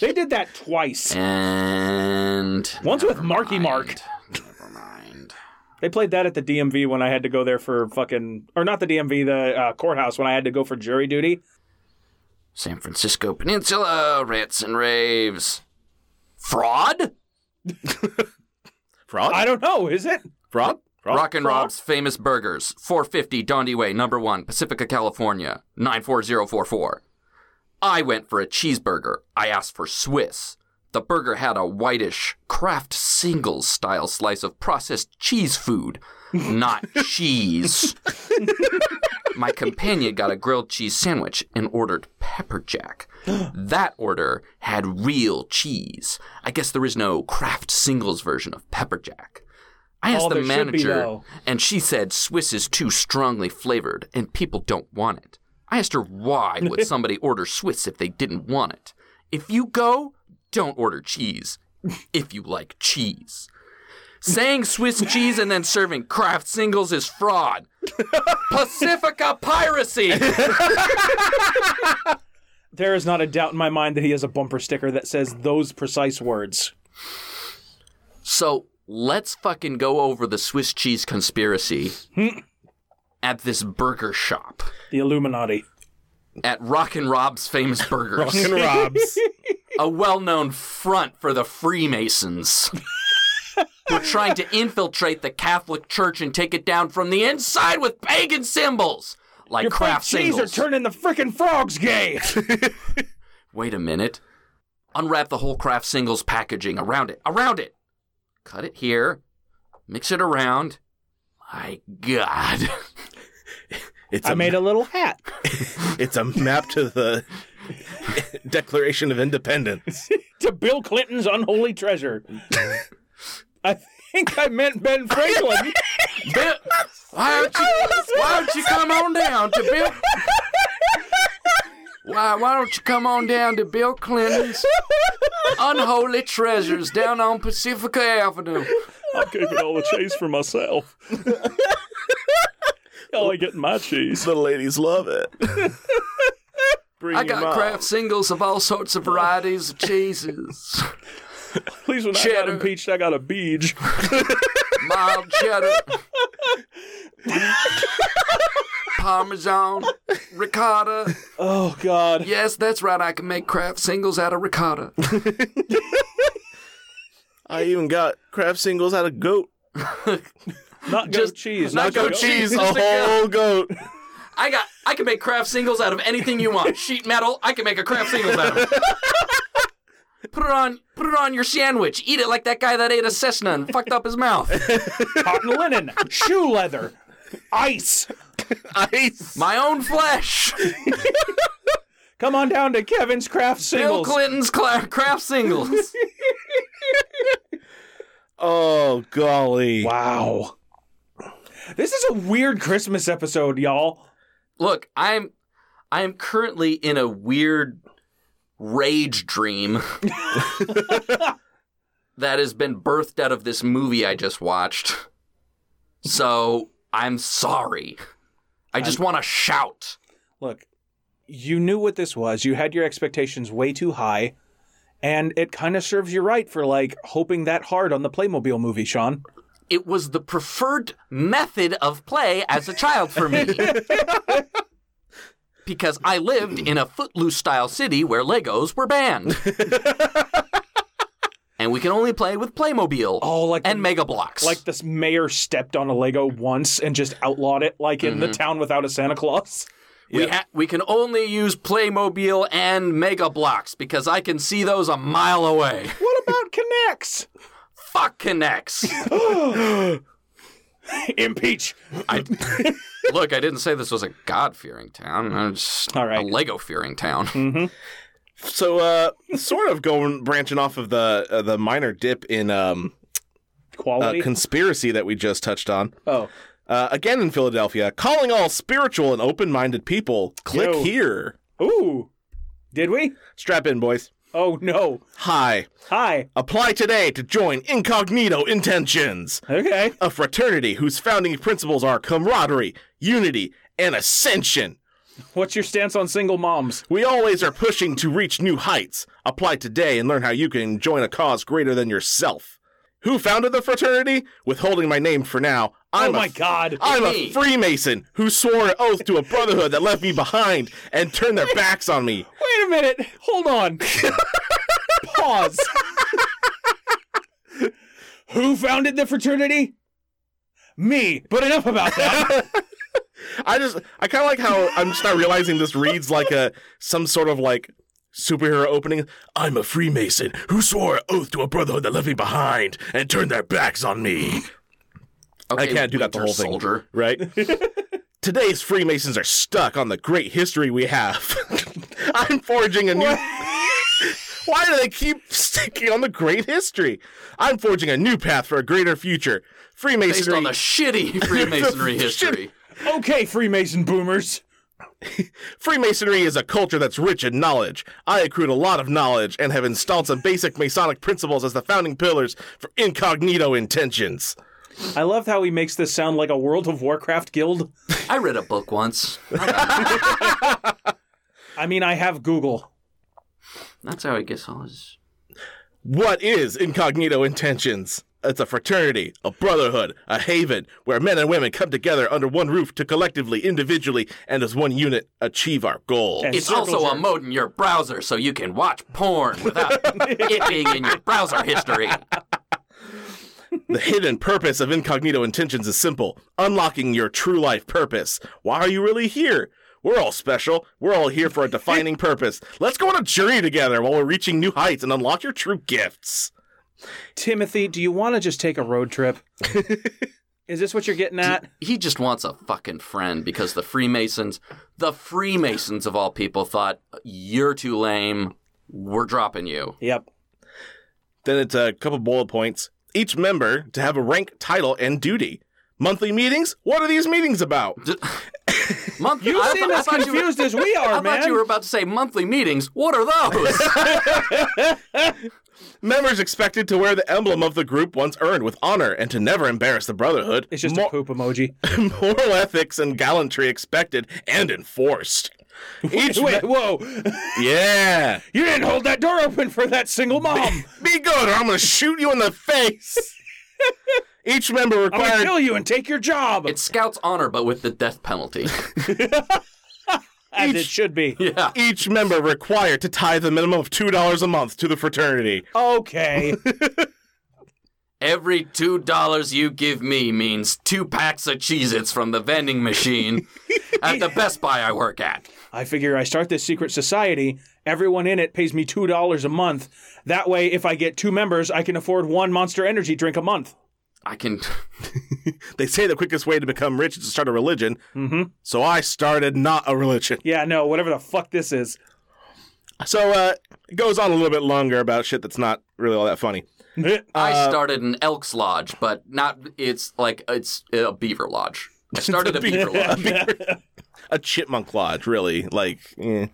D: they did that twice.
E: and
D: Once with Marky Mark.
E: never mind.
D: They played that at the DMV when I had to go there for fucking, or not the DMV, the uh, courthouse when I had to go for jury duty.
E: San Francisco Peninsula rants and raves. Fraud.
C: Fraud?
D: I don't know, is it?
C: Fraud? Fraud?
E: Rock and Rob's famous burgers, 450 Dundee Way, number one, Pacifica, California, 94044. I went for a cheeseburger. I asked for Swiss. The burger had a whitish, Kraft singles style slice of processed cheese food, not cheese. My companion got a grilled cheese sandwich and ordered pepper jack. That order had real cheese. I guess there is no Kraft singles version of pepper jack. I asked
D: Oh,
E: the
D: there should be,
E: manager,
D: though.
E: and she said Swiss is too strongly flavored and people don't want it. I asked her why would somebody order Swiss if they didn't want it. If you go, don't order cheese. If you like cheese. Saying Swiss cheese and then serving craft singles is fraud. Pacifica piracy.
D: There is not a doubt in my mind that he has a bumper sticker that says those precise words.
E: So let's fucking go over the Swiss cheese conspiracy
D: Hmm.
E: at this burger shop
D: The Illuminati.
E: at Rock and Rob's famous burgers.
C: Rock and Rob's.
E: a well known front for the Freemasons. We're trying to infiltrate the Catholic Church and take it down from the inside with pagan symbols, like
D: Your
E: craft
D: fake cheese are
E: singles.
D: turning the frickin' frogs gay.
E: Wait a minute. Unwrap the whole craft singles packaging around it. Around it. Cut it here. Mix it around. My God.
C: It's
D: I made a little hat.
C: It's a map to the Declaration of Independence.
D: to Bill Clinton's unholy treasure. I think I meant Ben Franklin.
E: Bill, why don't you why don't you come on down to Bill? Why why don't you come on down to Bill Clinton's unholy treasures down on Pacifica Avenue?
D: I'm keeping all the cheese for myself. Y'all ain't getting my cheese.
C: the ladies love it. Bring
E: I
C: 'em
E: got
C: on.
E: craft singles of all sorts of varieties of cheeses.
D: Please, when I got
E: Cheddar.
D: impeached, I got a beej.
E: Mild cheddar. Parmesan, ricotta.
D: Oh God!
E: Yes, that's right. I can make craft singles out of ricotta.
C: I even got craft singles out of goat.
D: Not goat
E: Just-
D: cheese.
E: not goat
C: Goat
E: Goat
C: cheese,
E: cheese,
C: a
E: just a goat.
C: whole goat.
E: I got I can make craft singles out of anything you want. Sheet metal, I can make a craft singles out of. put it on put it on your sandwich. Eat it like that guy that ate a Cessna and fucked up his mouth.
D: Cotton linen, shoe leather, ice.
C: Ice.
E: My own flesh.
D: Come on down to Kevin's Craft
E: Bill
D: Singles.
E: Clinton's cla- craft singles.
C: Oh golly.
D: Wow. This is a weird Christmas episode, y'all.
E: Look, I'm I am currently in a weird rage dream that has been birthed out of this movie I just watched. So I'm sorry. I just want to shout.
D: Look, you knew what this was. You had your expectations way too high, and it kind of serves you right for like hoping that hard on the Playmobil movie, Sean.
E: it was the preferred method of play as a child for me. because I lived in a footloose style city where Legos were banned. and we can only play with Playmobil
D: Oh, like
E: and
D: the-
E: Mega Blocks.
D: Like this mayor stepped on a Lego once and just outlawed it, like in the town without a Santa Claus.
E: we, ha- we can only use Playmobil and Mega Blocks because I can see those a mile away.
D: What about connects?
E: Fuck connects.
D: Impeach.
E: I, look, I didn't say this was a God fearing town. I'm just
D: All right.
E: a Lego fearing town.
D: Mm-hmm.
C: So uh sort of going branching off of the uh, the minor dip in um uh,
E: Oh,
D: Quality.
C: conspiracy that we just touched on.
D: oh,
C: Uh, again in Philadelphia, calling all spiritual and open-minded people. Click
D: Yo.
C: here.
D: ooh, did we?
C: Strap in, boys.
D: Oh no.
C: Hi.
D: Hi.
C: Apply today to join Incognito Intentions,
D: Okay.
C: a fraternity whose founding principles are camaraderie, unity, and ascension.
D: What's your stance on single moms?
C: We always are pushing to reach new heights. Apply today and learn how you can join a cause greater than yourself. Who founded the fraternity? Withholding my name for now. I'm
D: oh my
C: a,
D: God.
C: I'm a
E: Me.
C: Freemason who swore an oath to a brotherhood that left me behind and turned their backs on me.
D: Wait a minute. Hold on. Pause. Who founded the fraternity? Me. But enough about that.
C: I just I kind of like how I'm just not realizing this reads like a some sort of like superhero opening. I'm a Freemason who swore an oath to a brotherhood that left me behind and turned their backs on me. I
E: Okay,
C: can't do that the
E: Winter
C: whole thing,
E: Soldier.
C: right? Today's Freemasons are stuck on the great history we have. I'm forging a new. Why do they keep sticking on the great history? I'm forging a new path for a greater future. Freemasonry.
E: based on the shitty Freemasonry history.
D: okay, Freemason boomers.
C: Freemasonry is a culture that's rich in knowledge. I accrued a lot of knowledge and have installed some basic Masonic principles as the founding pillars for incognito intentions.
D: I love how he makes this sound like a World of Warcraft guild.
E: I read a book once.
D: I mean, I have Google.
E: That's how I guess all his.
C: What is incognito intentions? It's a fraternity, a brotherhood, a haven where men and women come together under one roof to collectively, individually, and as one unit achieve our goal.
D: And
E: It's
D: circle
E: also a
D: jerk.
E: mode in your browser, so you can watch porn without it being in your browser history.
C: The hidden purpose of incognito intentions is simple unlocking your true life purpose. Why are you really here? We're all special. We're all here for a defining purpose. Let's go on a journey together while we're reaching new heights and unlock your true gifts.
D: Timothy, do you want to just take a road trip? Is this what you're getting at?
E: He just wants a fucking friend because the Freemasons, the Freemasons of all people, thought you're too lame. We're dropping you.
D: Yep.
C: Then it's a couple bullet points. Each member to have a rank, title, and duty. Monthly meetings? What are these meetings about?
E: Month-
D: You
E: I
D: seem
E: thought- I
D: as
E: thought you were-
D: confused as we
E: I
D: are,
E: thought
D: man.
E: you were about to say monthly meetings. What are those?
C: Members expected to wear the emblem of the group once earned with honor and to never embarrass the Brotherhood.
D: It's just
C: Mo-
D: a poop emoji.
C: moral ethics and gallantry expected and enforced. Each
D: Wait,
C: me-
D: whoa!
C: yeah.
D: You didn't hold that door open for that single mom.
C: Be good, or I'm gonna shoot you in the face. Each member
D: I'm gonna
C: required.
D: kill you and take your job.
E: it's Scout's honor, but with the death penalty.
D: as it
C: each-
D: should be.
E: yeah.
C: Each member required to tithe a minimum of two dollars a month to the fraternity.
D: Okay.
E: Every two dollars you give me means two packs of Cheez Its from the vending machine at the Best Buy I work at.
D: I figure I start this secret society. Everyone in it pays me two dollars a month. That way, if I get two members, I can afford one Monster Energy drink a month.
E: I can
C: They say the quickest way to become rich is to start a religion. Mm-hmm. So I started not a religion.
D: Yeah, no, whatever the fuck this is.
C: So uh, it goes on a little bit longer about shit that's not really all that funny.
D: Uh,
E: I started an Elks Lodge, but not it's like it's a Beaver Lodge. I started a Beaver Lodge.
C: A chipmunk lodge, really. Like, eh.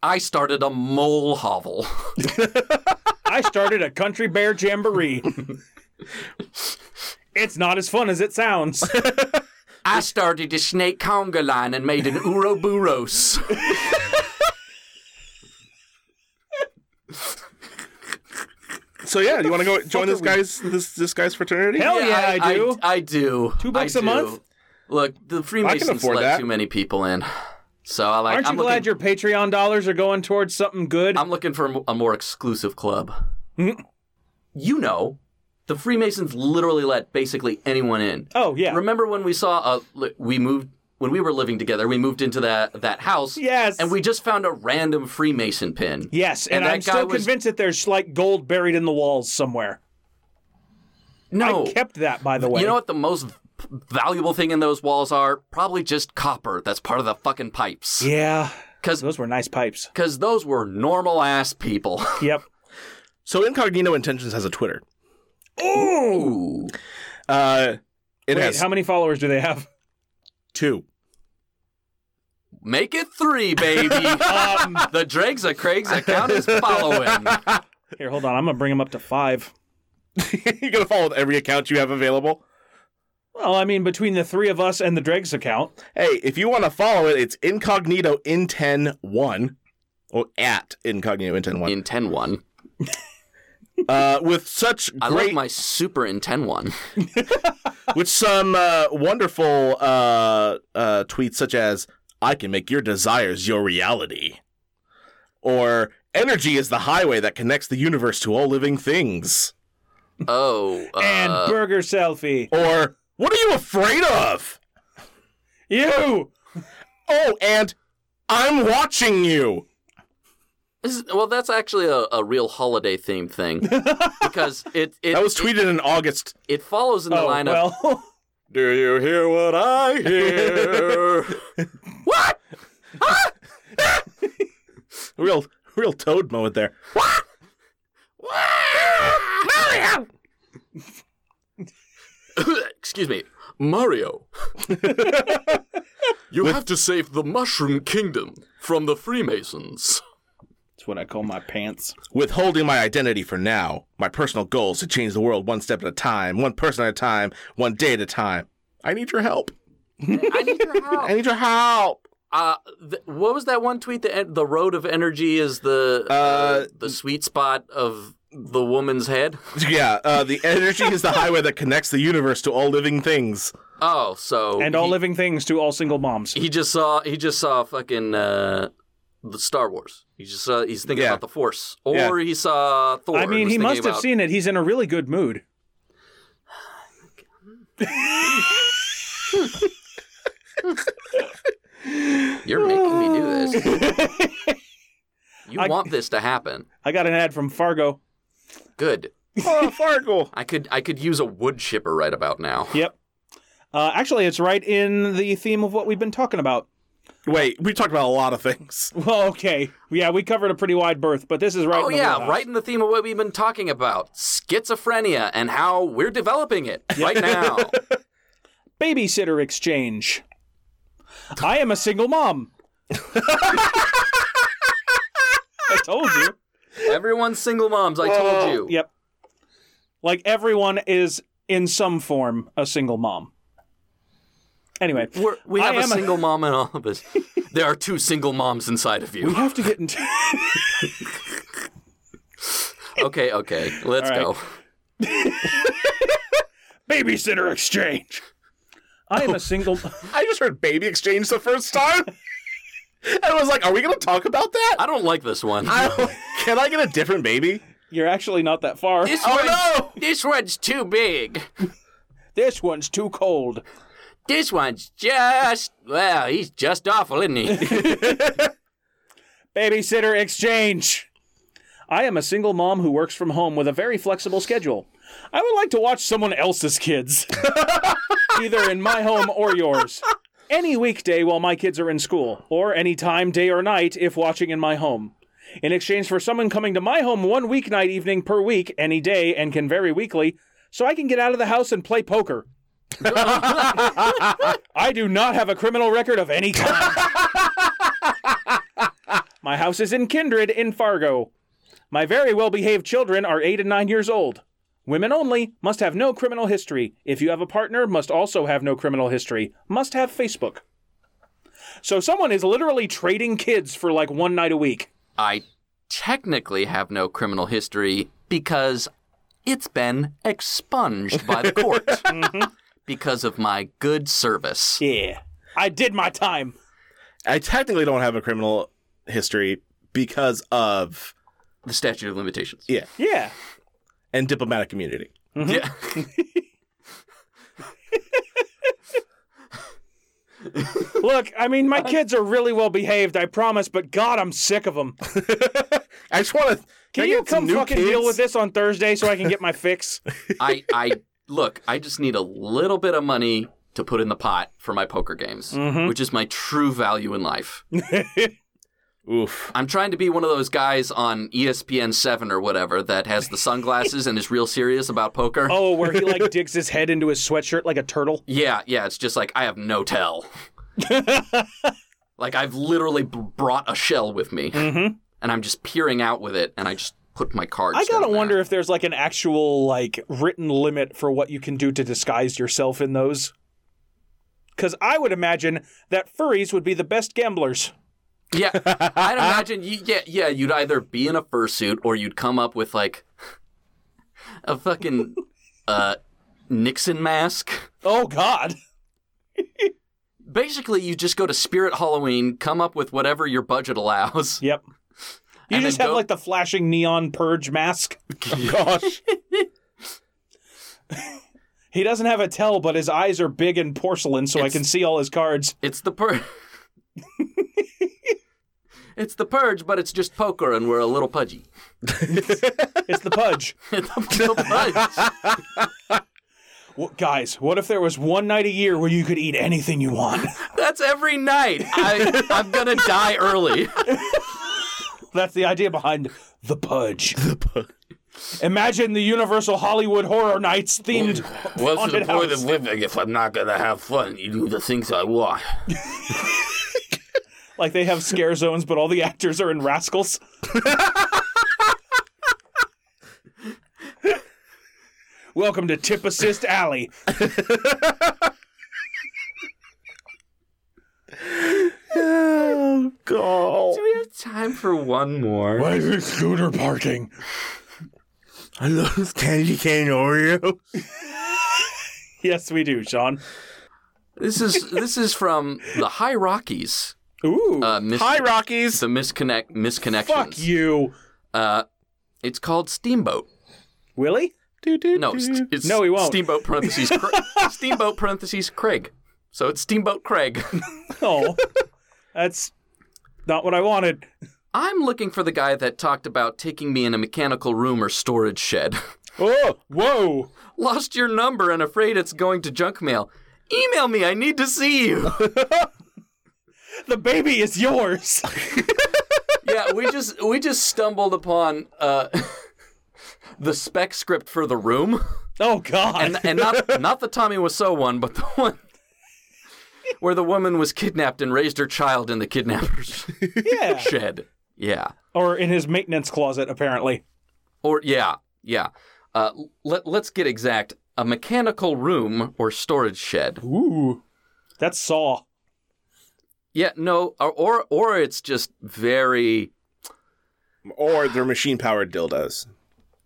E: I started a mole hovel.
D: I started a country bear jamboree. it's not as fun as it sounds.
E: I started a snake conga line and made an Uroboros.
C: so yeah, you want to go join this guy's this this guy's fraternity?
D: Hell Oh, yeah, I, do.
E: I, do.
D: Two bucks
E: a
D: a month?
E: Look, the Freemasons
C: afford
E: let
C: that.
E: too many people in, so I like.
D: Aren't you
E: I'm
D: glad
E: looking,
D: your Patreon dollars are going towards something good?
E: I'm looking for a mo- a more exclusive club.
D: Hmm.
E: you know, the Freemasons literally let basically anyone in.
D: oh yeah.
E: Remember when we saw a li- we moved when we were living together, we moved into that that house.
D: Yes.
E: And we just found a random Freemason pin.
D: yes, and,
E: that
D: I'm
E: guy
D: still
E: was-
D: convinced that there's like gold buried in the walls somewhere.
E: No.
D: I kept that by the way.
E: You know what the most v- valuable thing in those walls are? Probably just copper that's part of the fucking pipes.
D: Yeah.
E: Cuz
D: Those were nice pipes.
E: cuz those were normal ass people.
D: Yep.
C: So Incognito Intentions has a Twitter.
E: Ooh.
C: Uh, it
D: Wait,
C: has
D: how many followers do they have?
C: two.
E: Make it 3, baby.
D: Um,
E: the Dregs of Craig's account is following.
D: here, hold on. I'm gonna bring them up to five.
C: You're gonna follow every account you have available.
D: Well, I mean, between the three of us and the Dregs account,
C: Hey, if you want to follow it, it's Incognito Inten One, or at Incognito Inten One.
E: In 10 1.
C: uh, with such
E: I
C: great,
E: like my super in 10 1.
C: with some uh, wonderful uh, uh, tweets such as "I can make your desires your reality," or "Energy is the highway that connects the universe to all living things,"
E: Oh. Uh,
D: and burger selfie.
C: or "What are you afraid of?"
D: You.
C: Oh, and I'm watching you.
E: This is- well, that's actually a, a real holiday themed thing because it it,
C: That was tweeted in August.
E: it follows in the
D: Oh
E: line of
D: well.
C: Do you hear what I hear?
E: what?
C: real, real toad moment there. What? Mario!
E: Excuse me, Mario. you have to save the Mushroom Kingdom from the Freemasons.
D: That's what I call my pants.
C: Withholding my identity for now. My personal goal is to change the world one step at a time, one person at a time, one day at a time. I need your help.
E: I need your help.
C: I need your help.
E: Uh, th- what was that one tweet? The en- the road of energy is the uh,
C: Uh,
E: the sweet spot of the woman's head.
C: Yeah, uh, the energy is the highway that connects the universe to all living things.
E: Oh, so
D: And all
E: he,
D: living things to all single moms.
E: he just saw he just saw fucking uh, the Star Wars. He just saw he's thinking
C: Yeah.
E: about the Force, or
C: Yeah.
E: he saw Thor.
D: I
E: and
D: mean,
E: was
D: he
E: thinking
D: must have
E: about-
D: seen it. He's in a really good mood.
E: You're making me do this. You
D: I-
E: want this to happen.
D: I got an ad from Fargo.
E: Good.
C: Oh, Fargo.
E: I could I could use a wood chipper right about now.
D: Yep. Uh, actually, it's right in the theme of what we've been talking about.
C: Wait, we talked about a lot of things.
D: Well, okay. Yeah, we covered a pretty wide berth, but this is right.
E: Oh
D: in the
E: yeah,
D: wheelhouse.
E: right in the theme of what we've been talking about, schizophrenia and how we're developing it right now.
D: Babysitter exchange. I am a single mom. I told you.
E: Everyone's single moms, I told you.
D: Yep. Like everyone is in some form a single mom. Anyway,
E: We're, we
D: I
E: have a
D: am a-
E: single mom in all of us. There are two single moms inside of
D: we
E: you.
D: have to get into.
E: Okay, okay, let's
D: All right.
E: go.
D: babysitter exchange. I am a single.
C: I just heard baby exchange the first time. and I was like, are we going to talk about that?
E: I don't like this one.
C: I don't- can I get a different baby?
D: You're actually not that far.
E: This
C: Oh,
E: one's
C: no!
E: This one's too big.
D: This one's too cold.
E: This one's just well, he's just awful, isn't he?
D: Babysitter exchange. I am a single mom who works from home with a very flexible schedule. I would like to watch someone else's kids, either in my home or yours, any weekday while my kids are in school, or any time, day or night, if watching in my home. In exchange for someone coming to my home one weeknight evening per week, any day, and can vary weekly, so I can get out of the house and play poker. I do not have a criminal record of any kind. My house is in Kindred in Fargo. My very well behaved children are eight and nine years old. Women only must have no criminal history. If you have a partner, must also have no criminal history. Must have Facebook. So someone is literally trading kids for like one night a week.
E: I technically have no criminal history because it's been expunged by the court Mm-hmm. because of my good service.
D: Yeah. I did my time.
C: I technically don't have a criminal history because of
E: The statute of limitations.
C: yeah,
D: Yeah.
C: and diplomatic immunity.
E: Yeah.
D: Look, I mean, my kids are really well behaved, I promise, but God, I'm sick of them.
C: I just want to.
D: Can you come fucking deal with this on Thursday so I can get my fix?
E: I I look, I just need a little bit of money to put in the pot for my poker games, which is my true value in life.
C: Oof.
E: I'm trying to be one of those guys on E ESPN 7 or whatever that has the sunglasses and is real serious about poker.
D: Oh, where he like digs his head into his sweatshirt like a turtle.
E: Yeah, yeah, it's just like I have no tell. like I've literally b- brought a shell with me, and I'm just peering out with it, and I just put my cards.
D: Mm-hmm. I gotta
E: down there.
D: wonder if there's like an actual like written limit for what you can do to disguise yourself in those. Because I would imagine that furries would be the best gamblers.
E: Yeah, I'd imagine. You, yeah, yeah, you'd either be in a fursuit or you'd come up with like a fucking uh, Nixon mask.
D: Oh God!
E: Basically, you just go to Spirit Halloween, come up with whatever your budget allows.
D: Yep. You
E: And
D: just
E: then
D: have
E: go-
D: like the flashing neon purge mask.
C: Gosh.
D: He doesn't have a tell, but his eyes are big and porcelain, so I
E: It's-
D: can see all his cards.
E: It's the purge. it's the purge, but it's just poker, and we're a little pudgy.
D: It's the pudge.
E: the pudge.
D: Wh- guys, what if there was one night a year where you could eat anything you want?
E: That's every night. I, I'm gonna die early.
D: That's the idea behind the pudge. The pudge. Imagine the Universal Hollywood Horror Nights themed.
E: Oh, What's
D: the Haunted point house. of
E: living if I'm not gonna have fun? You do the things I want.
D: Like they have scare zones, but all the actors are in rascals. Welcome to Tip Assist Alley.
C: oh, God.
E: Do we have time for one more?
D: Why is it scooter parking?
C: I love candy cane Oreo.
D: Yes, we do, Sean.
E: This is this is from the High Rockies.
D: Ooh,
E: Uh, mis-
C: Hi, Rockies.
E: the misconnect misconnections.
D: fuck you,
E: Uh, it's called Steamboat.
D: Willie.
C: Do, do,
E: No,
C: do.
E: st- it's
D: No, he won't.
E: Steamboat parentheses Cra- Steamboat parentheses Craig. So it's Steamboat Craig.
D: No, that's not what I wanted.
E: I'm looking for the guy that talked about taking me in a mechanical room or storage shed.
D: Oh, whoa.
E: Lost your number and afraid it's going to junk mail. Email me. I need to see you.
D: The baby is yours.
E: yeah, we just we just stumbled upon uh, the spec script for the room.
D: Oh, God.
E: and, and not not the Tommy Wiseau one, but the one where the woman was kidnapped and raised her child in the kidnapper's
D: yeah.
E: shed. Yeah,
D: Or in his maintenance closet, apparently.
E: or yeah, yeah. Uh, let let's get exact. A mechanical room or storage shed.
D: Ooh. That's Saw.
E: Yeah, no, or or, or it's just very.
C: Or they're machine powered dildos.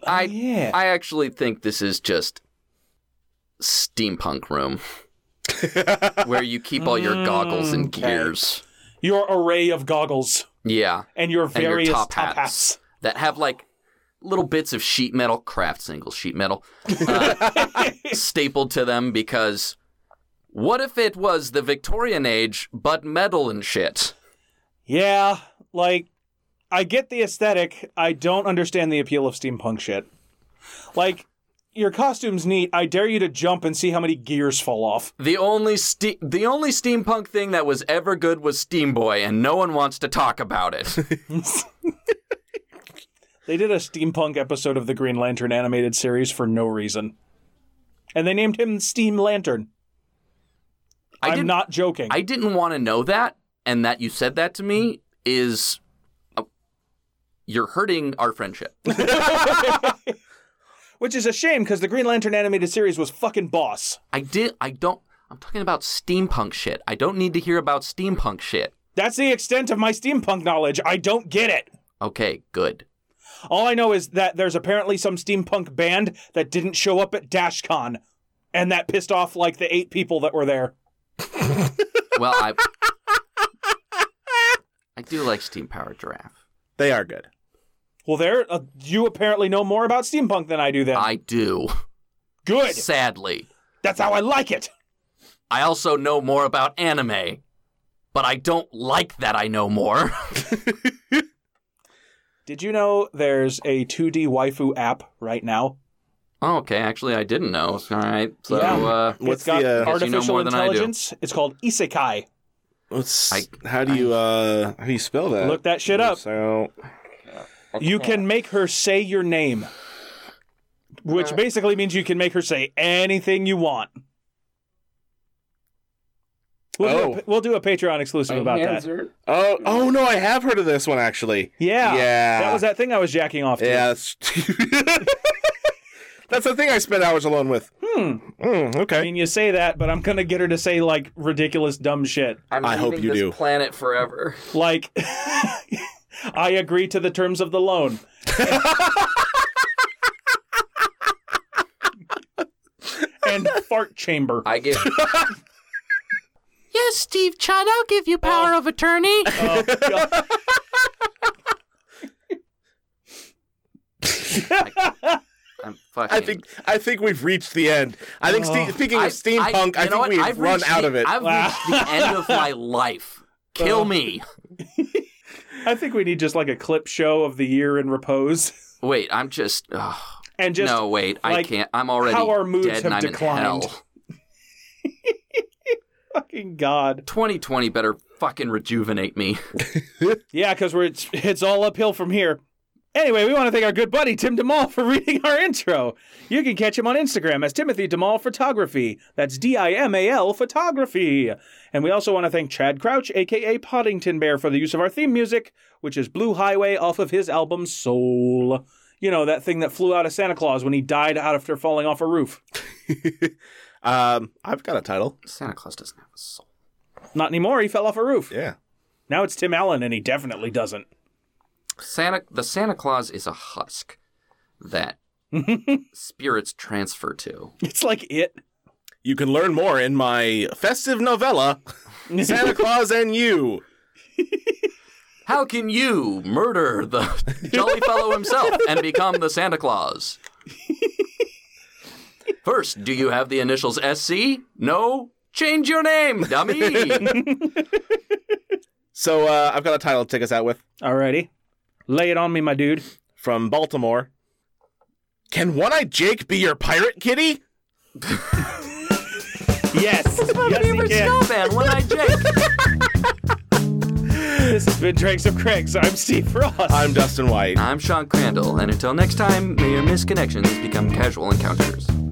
E: I
D: yeah.
E: I actually think this is just steampunk room where you keep all your goggles and gears.
D: Your array of goggles
E: Yeah.
D: and your
E: and your
D: various
E: top hats, that have like little bits of sheet metal, craft singles sheet metal, uh, stapled to them because what if it was the Victorian age but metal and shit?
D: Yeah, like I get the aesthetic. I don't understand the appeal of steampunk shit. Like your costume's neat. I dare you to jump and see how many gears fall off.
E: The only ste- the only steampunk thing that was ever good was Steamboy, and no one wants to talk about it.
D: They did a steampunk episode of the Green Lantern animated series for no reason. And they named him Steam Lantern.
E: I
D: I'm
E: didn't-
D: not joking.
E: I didn't want to know that, and that you said that to me is. uh, You're hurting our friendship.
D: Which is a shame because the Green Lantern animated series was fucking boss.
E: I did. I don't. I'm talking about steampunk shit. I don't need to hear about steampunk shit.
D: That's the extent of my steampunk knowledge. I don't get it.
E: Okay, good.
D: All I know is that there's apparently some steampunk band that didn't show up at DashCon, and that pissed off like the eight people that were there.
E: Well, I I do like steam powered giraffe.
C: They are good.
D: Well, there, uh, you apparently know more about steampunk than I do. Then
E: I do.
D: good.
E: Sadly,
D: That's how I like it.
E: I also know more about anime, but I don't like that I know more.
D: Did you know there's a 2D waifu app right now?
E: oh, okay, actually, I didn't know. All right, so
D: Yeah.
E: uh,
C: What's
D: it's got
C: the, uh,
E: Guess you know
D: artificial
E: more than I do.
D: intelligence. It's called Isekai.
C: What's
E: I-
C: how do you uh how do you spell that?
D: Look that shit up.
C: So
D: You can make her say your name, which basically means you can make her say anything you want. We'll, do,
C: Oh.
D: a, we'll do a Patreon exclusive about that.
C: oh oh no, I have heard of this one actually.
D: Yeah.
C: Yeah.
D: That was that thing I was jacking off to.
C: Yeah, that's, that's the thing I spent hours alone with.
D: Hmm.
C: Mm,
D: I
C: okay.
D: mean, you say that, but I'm going to get her to say, like, ridiculous, dumb shit.
E: I'm
C: I hope
E: leaving
C: you
E: this
C: do.
E: Planet forever.
D: Like, I agree to the terms of the loan. and fart chamber.
E: I give. yes, Steve Chud, I'll give you power of attorney.
D: Oh, God.
E: I'm fucking.
C: I think I think we've reached the end. I think
D: Oh.
C: ste- speaking of
E: I-
C: steampunk, I,
E: you know
C: think
E: what?
C: we've
E: I've
C: run
E: reached
C: out
E: the-
C: of it.
E: I've
D: Wow.
E: reached the end of my life. Kill me.
D: I think we need just like a clip show of the year in repose.
E: Wait, I'm just. ugh.
D: And just
E: no, wait, I
D: like,
E: can't. I'm already
D: how our moods
E: dead and
D: have
E: I'm in
D: declined.
E: hell.
D: fucking God.
E: 2020 better fucking rejuvenate me.
D: Yeah, because we're it's, it's all uphill from here. Anyway, we want to thank our good buddy Tim DeMall for reading our intro. You can catch him on Instagram as Timothy DeMall Photography. That's D I M A L Photography. And we also want to thank Chad Crouch, aka Poddington Bear, for the use of our theme music, which is Blue Highway off of his album Soul. You know, that thing that flew out of Santa Claus when he died after falling off a roof.
C: Um, I've got a title.
E: Santa Claus doesn't have a soul.
D: Not anymore, he fell off a roof.
C: Yeah.
D: Now it's Tim Allen, and he definitely doesn't.
E: Santa, the Santa Claus is a husk that spirits transfer to.
D: It's like it.
C: You can learn more in my festive novella, Santa Claus and You.
E: How can you murder the jolly fellow himself and become the Santa Claus? First, do you have the initials SC? No? Change your name, dummy.
C: So uh, I've got a title to take us out with
D: Alrighty. Lay it on me, my dude.
C: from Baltimore. Can One Eye Jake be your pirate kitty?
D: Yes. yes, he can.
E: Snowman, one eyed Jake.
D: This has been Drinks of Craig's. I'm Steve Frost.
C: I'm Dustin White.
E: I'm Sean Crandall, and until next time, may your misconnections become casual encounters.